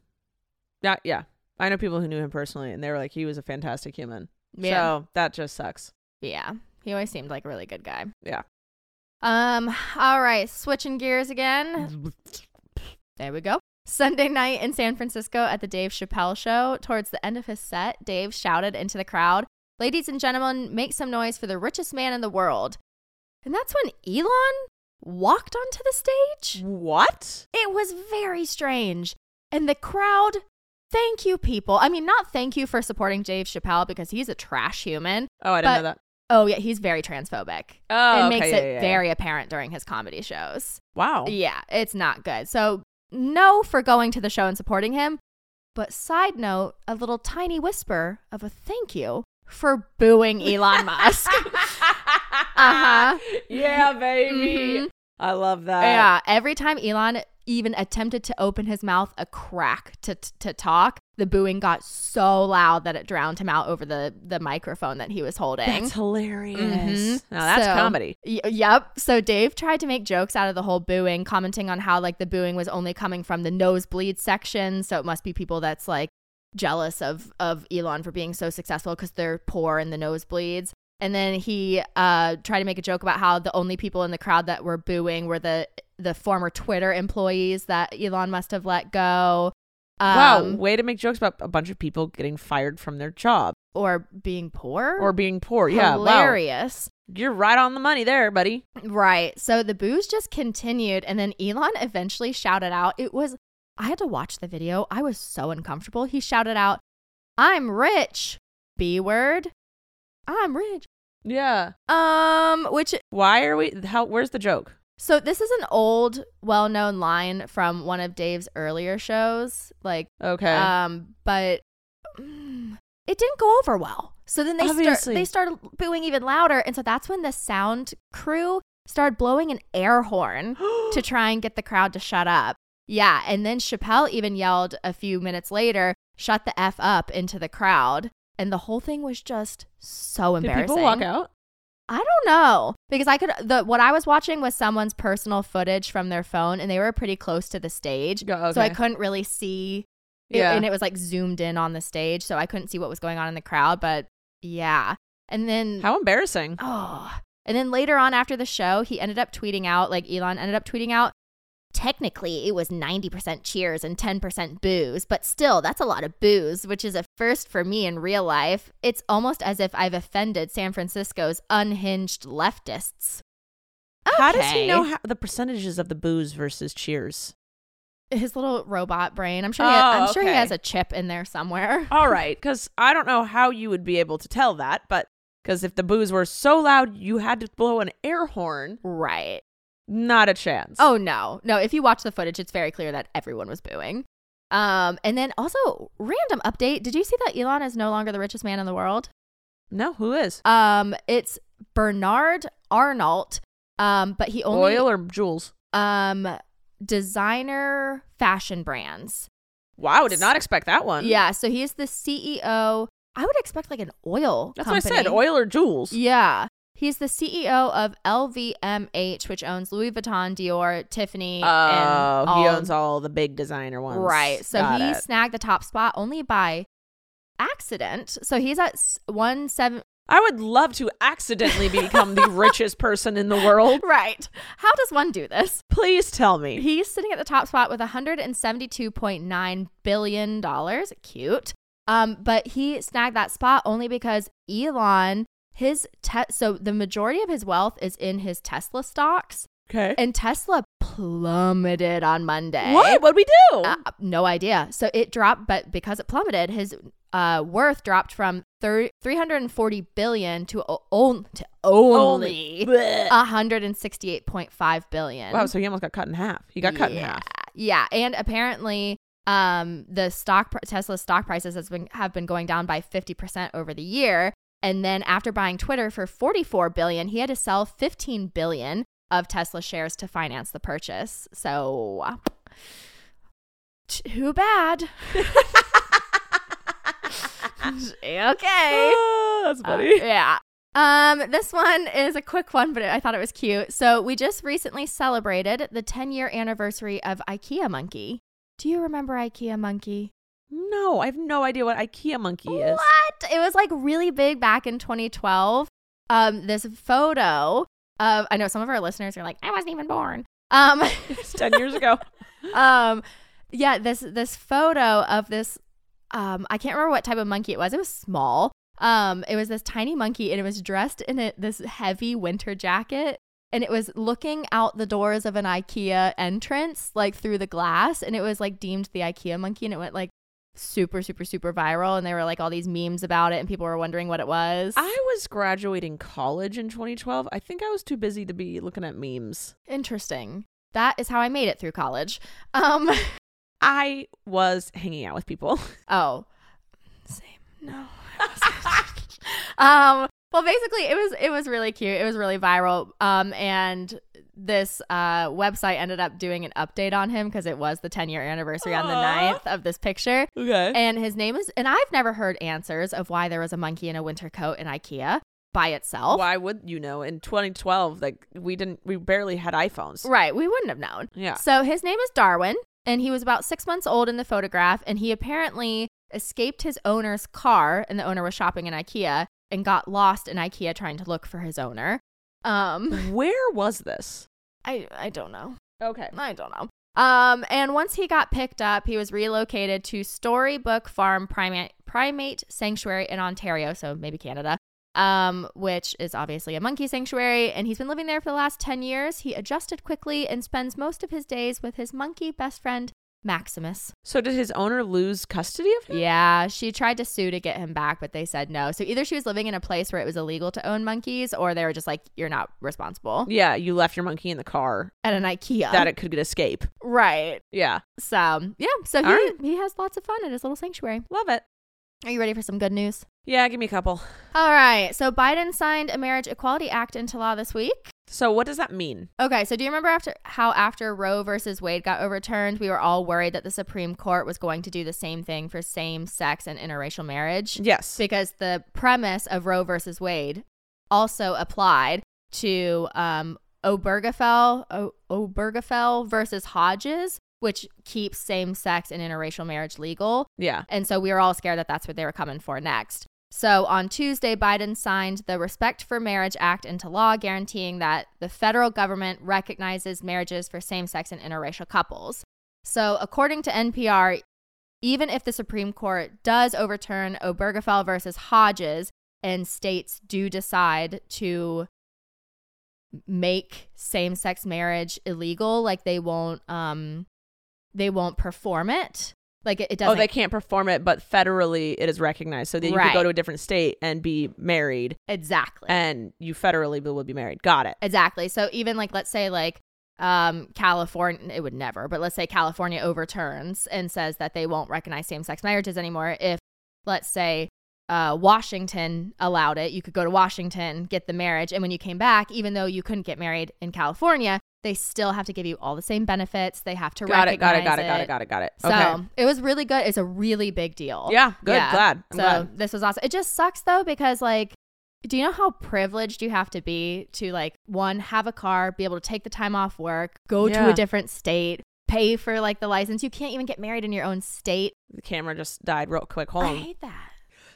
S1: Yeah. Yeah. I know people who knew him personally, and they were like, he was a fantastic human.
S2: yeah
S1: So that just sucks.
S2: yeah he always seemed like a really good guy
S1: Yeah.
S2: um all right switching gears again There we go. Sunday night in San Francisco at the Dave Chappelle show, towards the end of his set, Dave shouted into the crowd, Ladies and gentlemen, make some noise for the richest man in the world. And that's when Elon walked onto the stage.
S1: What?
S2: It was very strange. And the crowd, thank you, people. I mean, not thank you for supporting Dave Chappelle because he's a trash human.
S1: Oh, I didn't
S2: But-
S1: know that.
S2: Oh, yeah, he's very transphobic.
S1: Oh,
S2: it
S1: okay,
S2: makes
S1: yeah,
S2: it
S1: yeah, yeah.
S2: very apparent during his comedy shows.
S1: Wow.
S2: Yeah, it's not good. So, no for going to the show and supporting him. But, side note, a little tiny whisper of a thank you for booing Elon Musk. Uh-huh.
S1: Yeah, baby.
S2: Mhm.
S1: I love that.
S2: Yeah, every time Elon even attempted to open his mouth a crack to, to talk, the booing got so loud that it drowned him out over the, the microphone that he was holding.
S1: That's hilarious.
S2: Mhm.
S1: Mm-hmm. Now that's
S2: So-
S1: comedy.
S2: Y- yep. So Dave tried to make jokes out of the whole booing, commenting on how like the booing was only coming from the nosebleed section, so it must be people that's like jealous of of Elon for being so successful because they're poor and the nosebleeds. And then he uh, tried to make a joke about how the only people in the crowd that were booing were the the former Twitter employees that Elon must have let go.
S1: wow,
S2: um,
S1: way to make jokes about a bunch of people getting fired from their job
S2: Or being poor.
S1: or being poor. Yeah, wow.
S2: hilarious.
S1: You're right on the money there, buddy.
S2: Right. So the booze just continued. And then Elon eventually shouted out, It was, I had to watch the video. I was so uncomfortable. He shouted out, I'm rich. B word. I'm rich.
S1: Yeah.
S2: Um, which,
S1: Why are we? How? Where's the joke?
S2: so this is an old, well known line from one of Dave's earlier shows. Like,
S1: Okay.
S2: um, but mm, it didn't go over well. So then they start,
S1: Obviously.
S2: they started booing even louder. And so that's when the sound crew started blowing an air horn. to try and get the crowd to shut up. Yeah, and then Chappelle even yelled a few minutes later, "Shut the f up!" into the crowd, and the whole thing was just so
S1: Did
S2: embarrassing.
S1: people walk out?
S2: I don't know because I could. The what I was watching was someone's personal footage from their phone, and they were pretty close to the stage,
S1: Go-
S2: so I
S1: okay.
S2: couldn't really see. it-
S1: Yeah.
S2: and it was like zoomed in on the stage, so I couldn't see what was going on in the crowd. But yeah, and then
S1: How embarrassing.
S2: Oh. And then later on after the show, he ended up tweeting out, like Elon ended up tweeting out, technically it was 90% cheers and 10% booze, but still, that's a lot of booze, which is a first for me in real life. It's almost as if I've offended San Francisco's unhinged leftists.
S1: How does he know
S2: Okay.
S1: how, the percentages of the booze versus cheers?
S2: his little robot brain? I'm sure. He
S1: Oh,
S2: I'm sure he
S1: okay.
S2: has a chip in there somewhere.
S1: All right, because I don't know how you would be able to tell that, but because if the boos were so loud, you had to blow an air horn,
S2: Right.
S1: not a chance.
S2: Oh no, no. If you watch the footage, it's very clear that everyone was booing. Um, and then also random update. Did you see that Elon is no longer the richest man in the world?
S1: no, who is
S2: Um, it's Bernard Arnault. Um, but he only
S1: oil or Jules?
S2: um designer fashion brands.
S1: Wow, did not expect that one.
S2: Yeah, so he is the CEO. I would expect like an oil.
S1: that's
S2: company.
S1: what I said. Oil or Jules?
S2: Yeah. He's the CEO of LVMH, which owns Louis Vuitton, Dior, Tiffany,
S1: Oh,
S2: and all
S1: he owns all the big designer ones.
S2: Right. So
S1: Got
S2: he
S1: it.
S2: snagged the top spot only by accident. So he's at s- one seven.
S1: I would love to accidentally become the richest person in the world.
S2: Right. How does one do this?
S1: Please tell me.
S2: He's sitting at the top spot with $172.9 billion. Cute. Um, but he snagged that spot only because Elon, his te- so the majority of his wealth is in his Tesla stocks,
S1: Okay.
S2: and Tesla plummeted on Monday.
S1: What? What'd we do?
S2: Uh, no idea. So it dropped, but because it plummeted, his uh, worth dropped from thir- 340 billion to, o- on- to only Um,
S1: Blech.
S2: 168.5 billion.
S1: Wow, so he almost got cut in half. He got cut in
S2: Yeah.
S1: half.
S2: Yeah, and apparently um the stock pr- Tesla stock prices has been have been going down by 50% over the year and then after buying Twitter for 44 billion, he had to sell 15 billion of Tesla shares to finance the purchase. So too bad. okay.
S1: Ah, that's
S2: Uh,
S1: funny.
S2: yeah. Um, this one is a quick one, but I thought it was cute. So we just recently celebrated the 10 year anniversary of IKEA Monkey. Do you remember IKEA Monkey?
S1: no, I have no idea what IKEA monkey is.
S2: What? It was like really big back in 2012. Um, this photo of I know some of our listeners are like, I wasn't even born. Um,
S1: It's ten years ago.
S2: um, yeah, this this photo of this um I can't remember what type of monkey it was. It was small. Um, it was this tiny monkey and it was dressed in it this heavy winter jacket and it was looking out the doors of an IKEA entrance like through the glass and it was like deemed the IKEA monkey and it went like super super super viral and there were like all these memes about it and people were wondering what it was.
S1: I was graduating college in 2012. I think I was too busy to be looking at memes.
S2: Interesting. That is how I made it through college. Um
S1: I was hanging out with people.
S2: Oh, same. No. I wasn't. um. Well, basically, it was it was really cute. It was really viral. Um, and this uh, website ended up doing an update on him because it was the 10 year anniversary on the
S1: Aw.
S2: 9th of this picture.
S1: Okay.
S2: And his name is, and I've never heard answers of why there was a monkey in a winter coat in IKEA by itself.
S1: Why would you know? In 2012, like we didn't, we barely had iPhones.
S2: Right. We wouldn't have known.
S1: Yeah.
S2: So his name is Darwin, and he was about six months old in the photograph, and he apparently escaped his owner's car, and the owner was shopping in IKEA and got lost in IKEA trying to look for his owner. Um,
S1: Where was this?
S2: I I don't know.
S1: Okay.
S2: I don't know. Um, and once he got picked up, he was relocated to Storybook Farm Primate Primate Sanctuary in Ontario, so maybe Canada. um, which is obviously a monkey sanctuary, and he's been living there for the last 10 years. He adjusted quickly and spends most of his days with his monkey best friend, Maximus.
S1: So did his owner lose custody of him?
S2: Yeah, she tried to sue to get him back, but they said no. So either she was living in a place where it was illegal to own monkeys, or they were just like, you're not responsible
S1: Yeah, you left your monkey in the car
S2: at an IKEA.
S1: that it could escape.
S2: right.
S1: Yeah,
S2: So, yeah, so he,
S1: All right.
S2: he has lots of fun at his little sanctuary.
S1: love it.
S2: Are you ready for some good news?
S1: Yeah, give me a couple.
S2: All right. So Biden signed a marriage equality act into law this week.
S1: So what does that mean?
S2: Okay, so do you remember after how after Roe versus Wade got overturned, we were all worried that the Supreme Court was going to do the same thing for same-sex and interracial marriage
S1: Yes.
S2: because the premise of Roe versus Wade also applied to um, Obergefell, o- Obergefell versus Hodges, which keeps same-sex and interracial marriage legal.
S1: Yeah.
S2: And so we were all scared that that's what they were coming for next. So on Tuesday, Biden signed the Respect for Marriage Act into law, guaranteeing that the federal government recognizes marriages for same sex and interracial couples. So according to NPR, even if the Supreme Court does overturn Obergefell versus Hodges and states do decide to make same sex marriage illegal, like they won't um they won't perform it. Like it, it doesn't
S1: Oh, they can't perform it, but federally it is recognized. So that you could
S2: Right.
S1: go to a different state and be married,
S2: Exactly.
S1: and you federally will be married. Got it.
S2: exactly. So even like let's say like um California it would never, but let's say California overturns and says that they won't recognize same-sex marriages anymore if let's say uh, Washington allowed it. You could go to Washington, get the marriage, and when you came back, even though you couldn't get married in California, they still have to give you all the same benefits. They have to
S1: Got it. Got
S2: recognize
S1: it. Got it. Got it. Got it. Got it.
S2: So
S1: okay.
S2: it was really good. It's a really big deal.
S1: Yeah. Good.
S2: Yeah.
S1: Glad. I'm
S2: so
S1: glad.
S2: this was awesome. It just sucks though because like, do you know how privileged you have to be to like one have a car, be able to take the time off work, go to
S1: Yeah.
S2: a different state, pay for like the license. You can't even get married in your own state.
S1: The camera just died real quick. Hold
S2: I
S1: on.
S2: hate that.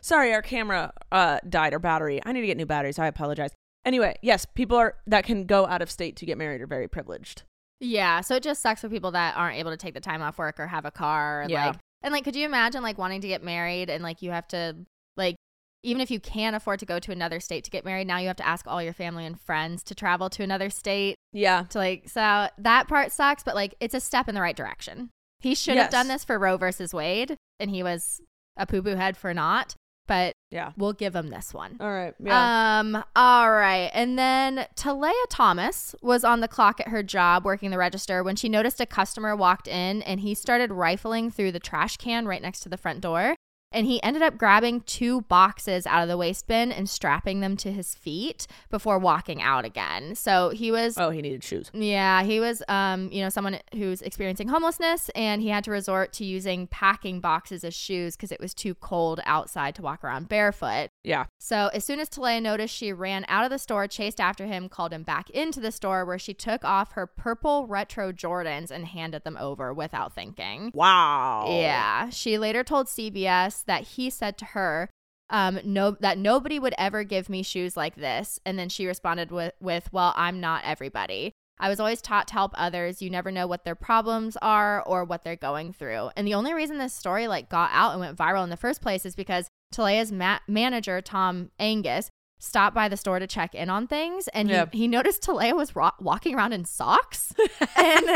S1: Sorry, our camera uh, died. Our battery. I need to get new batteries. I apologize. Anyway, yes, people are that can go out of state to get married are very privileged.
S2: Yeah, so it just sucks for people that aren't able to take the time off work or have a car. And,
S1: Yeah.
S2: Like, and like, could you imagine like wanting to get married and like you have to like even if you can afford to go to another state to get married, now you have to ask all your family and friends to travel to another state.
S1: Yeah.
S2: to like so that part sucks but like it's a step in the right direction he should have
S1: Yes.
S2: done this for roe versus wade and he was a poo-poo head for not but
S1: Yeah.
S2: we'll give him this one
S1: All right. Yeah.
S2: um all right and then talea thomas was on the clock at her job working the register when she noticed a customer walked in and he started rifling through the trash can right next to the front door and he ended up grabbing two boxes out of the waste bin and strapping them to his feet before walking out again so he was
S1: oh, he needed shoes.
S2: yeah, he was, um, you know, someone who's experiencing homelessness, and he had to resort to using packing boxes as shoes because it was too cold outside to walk around barefoot.
S1: Yeah.
S2: So as soon as Talea noticed, she ran out of the store, chased after him, called him back into the store where she took off her purple retro Jordans and handed them over without thinking.
S1: Wow.
S2: Yeah. She later told CBS that he said to her, um, no, that nobody would ever give me shoes like this. And then she responded with, with, well, I'm not everybody. I was always taught to help others. You never know what their problems are or what they're going through. And the only reason this story like got out and went viral in the first place is because Talea's ma- manager, Tom Angus, stopped by the store to check in on things and
S1: Yeah.
S2: he, he noticed Talea was ro- walking around in socks and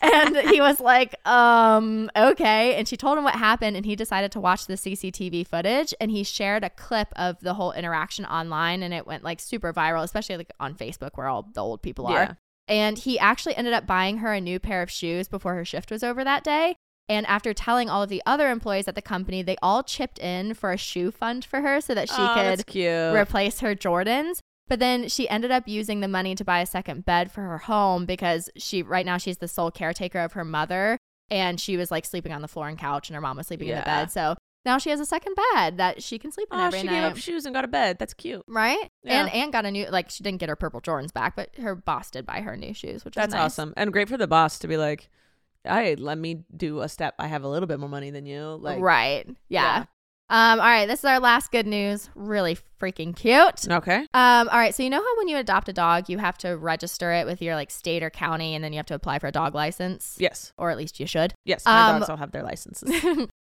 S2: and he was like, um, okay. And she told him what happened, and he decided to watch the CCTV footage. And he shared a clip of the whole interaction online, and it went like super viral, especially like on Facebook, where all the old people are.
S1: Yeah.
S2: And he actually ended up buying her a new pair of shoes before her shift was over that day. And after telling all of the other employees at the company, they all chipped in for a shoe fund for her so that she
S1: oh,
S2: could
S1: That's cute.
S2: replace her Jordans. But then she ended up using the money to buy a second bed for her home because she right now she's the sole caretaker of her mother and she was like sleeping on the floor and couch and her mom was sleeping in the
S1: Yeah.
S2: bed. So now she has a second bed that she can sleep in
S1: oh,
S2: every
S1: she
S2: night.
S1: gave up shoes and got a bed. That's cute.
S2: right?
S1: Yeah.
S2: And and got a new like she didn't get her purple Jordans back, but her boss did buy her new shoes, which was
S1: That's
S2: nice.
S1: awesome and great for the boss to be like, "Hey, let me do a step. I have a little bit more money than you." Like,
S2: right. Yeah. Um, all right, this is our last good news. Really freaking cute.
S1: Okay.
S2: Um, all right. So you know how when you adopt a dog, you have to register it with your like state or county, and then you have to apply for a dog license,
S1: Yes.
S2: or at least you should.
S1: Yes. My
S2: Um,
S1: dogs all have their licenses.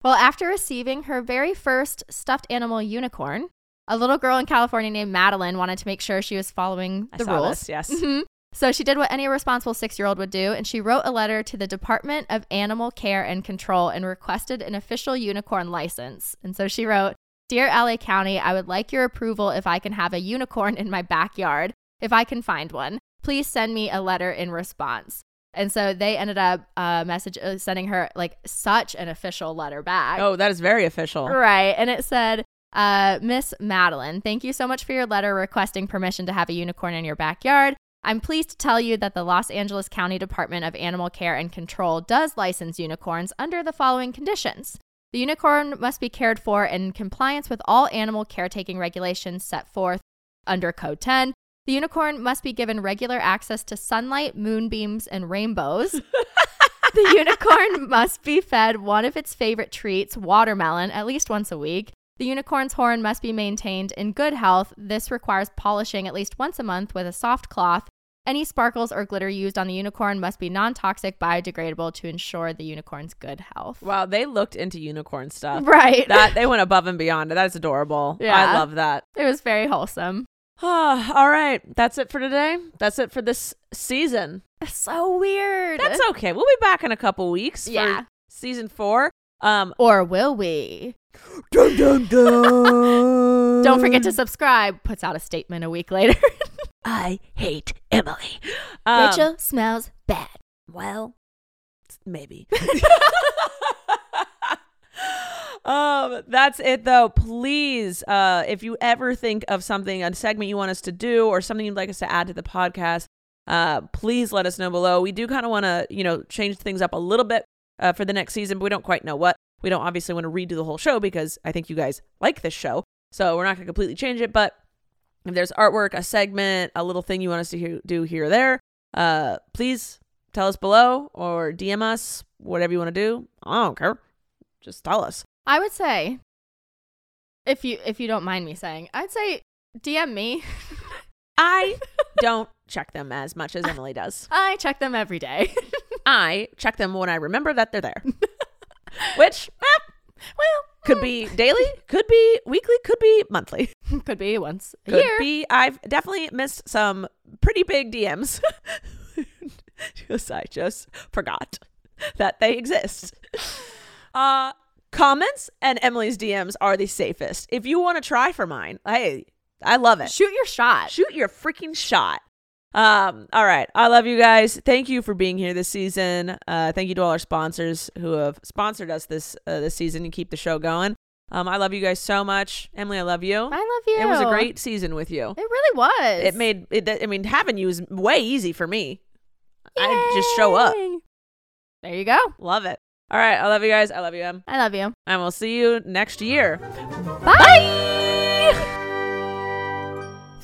S2: well, after receiving her very first stuffed animal unicorn, a little girl in California named Madeline wanted to make sure she was following
S1: I
S2: the
S1: saw
S2: rules.
S1: this, yes.
S2: Mhm. So she did what any responsible six year old would do, and she wrote a letter to the Department of Animal Care and Control and requested an official unicorn license. And so she wrote, Dear LA County, I would like your approval if I can have a unicorn in my backyard, if I can find one. Please send me a letter in response. And so they ended up uh, message uh, sending her like such an official letter back.
S1: Oh, that is very official.
S2: Right. And it said, uh, Miss Madeline, thank you so much for your letter requesting permission to have a unicorn in your backyard. I'm pleased to tell you that the Los Angeles County Department of Animal Care and Control does license unicorns under the following conditions. The unicorn must be cared for in compliance with all animal caretaking regulations set forth under Code 10. The unicorn must be given regular access to sunlight, moonbeams, and rainbows. the unicorn must be fed one of its favorite treats, watermelon, at least once a week. The unicorn's horn must be maintained in good health. This requires polishing at least once a month with a soft cloth. Any sparkles or glitter used on the unicorn must be non toxic, biodegradable to ensure the unicorn's good health.
S1: Wow, they looked into unicorn stuff.
S2: Right.
S1: That they went above and beyond. That's adorable. I
S2: Yeah.
S1: love that.
S2: it was very wholesome.
S1: Ah, all right. That's it for today. That's it for this season.
S2: So weird.
S1: That's okay. We'll be back in a couple weeks
S2: Yeah.
S1: for season four. Um,
S2: or will we? Don't forget
S1: Uh,
S2: to subscribe. Puts out a statement a week later.
S4: I hate Emily.
S1: um,
S2: Rachel smells bad.
S4: Well,
S1: maybe. um, that's it though. Please, uh, if you ever think of something, a segment you want us to do, or something you'd like us to add to the podcast, uh, please let us know below. We do kind of want to, you know, change things up a little bit uh, for the next season, but we don't quite know what. We don't obviously want to redo the whole show because I think you guys like this show, so we're not going to completely change it. But if there's artwork, a segment, a little thing you want us to hear, do here or there, uh, please tell us below or DM us, whatever you want to do. I don't care. Just tell us.
S2: I would say, if you if you don't mind me saying, I'd say DM me.
S1: I don't check them as much as Emily does.
S2: I check them every day.
S1: I check them when I remember that they're there, which eh, well could be daily, could be weekly, could be monthly,
S2: Could be once a
S1: could
S2: year.
S1: be. I've definitely missed some pretty big DMs. just I just forgot that they exist. Uh comments and Emily's DMs are the safest. If you want to try for mine, hey, I love it.
S2: Shoot your shot.
S1: Shoot your freaking shot. Um, all right. I love you guys. Thank you for being here this season. Uh, thank you to all our sponsors who have sponsored us this uh, this season and keep the show going. Um, I love you guys so much. Emily, I love you.
S2: I love you.
S1: It was a great season with you.
S2: It really was.
S1: It made it I mean having you is way easy for me. I just show up.
S2: Yay. There you go.
S1: Love it. All right. I love you guys. I love you, Em.
S2: I love you.
S1: And we'll see you next year.
S2: Bye.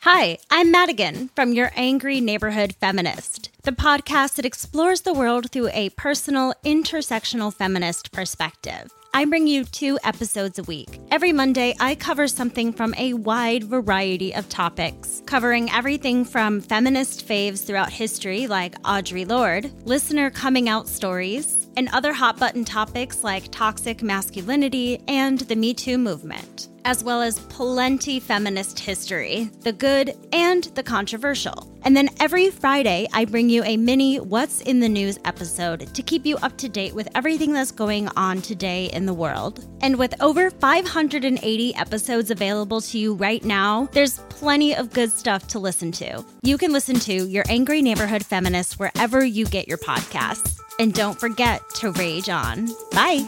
S3: Hi, I'm Madigan from Your Angry Neighborhood Feminist, the podcast that explores the world through a personal, intersectional feminist perspective. I bring you two episodes a week. Every Monday, I cover something from a wide variety of topics, covering everything from feminist faves throughout history like Audre Lorde, listener coming out stories, and other hot button topics like toxic masculinity and the Me Too movement as well as plenty feminist history, the good and the controversial. And then every Friday, I bring you a mini What's in the News episode to keep you up to date with everything that's going on today in the world. And with over 580 episodes available to you right now, there's plenty of good stuff to listen to. You can listen to Your Angry Neighborhood Feminist wherever you get your podcasts. And don't forget to rage on. Bye.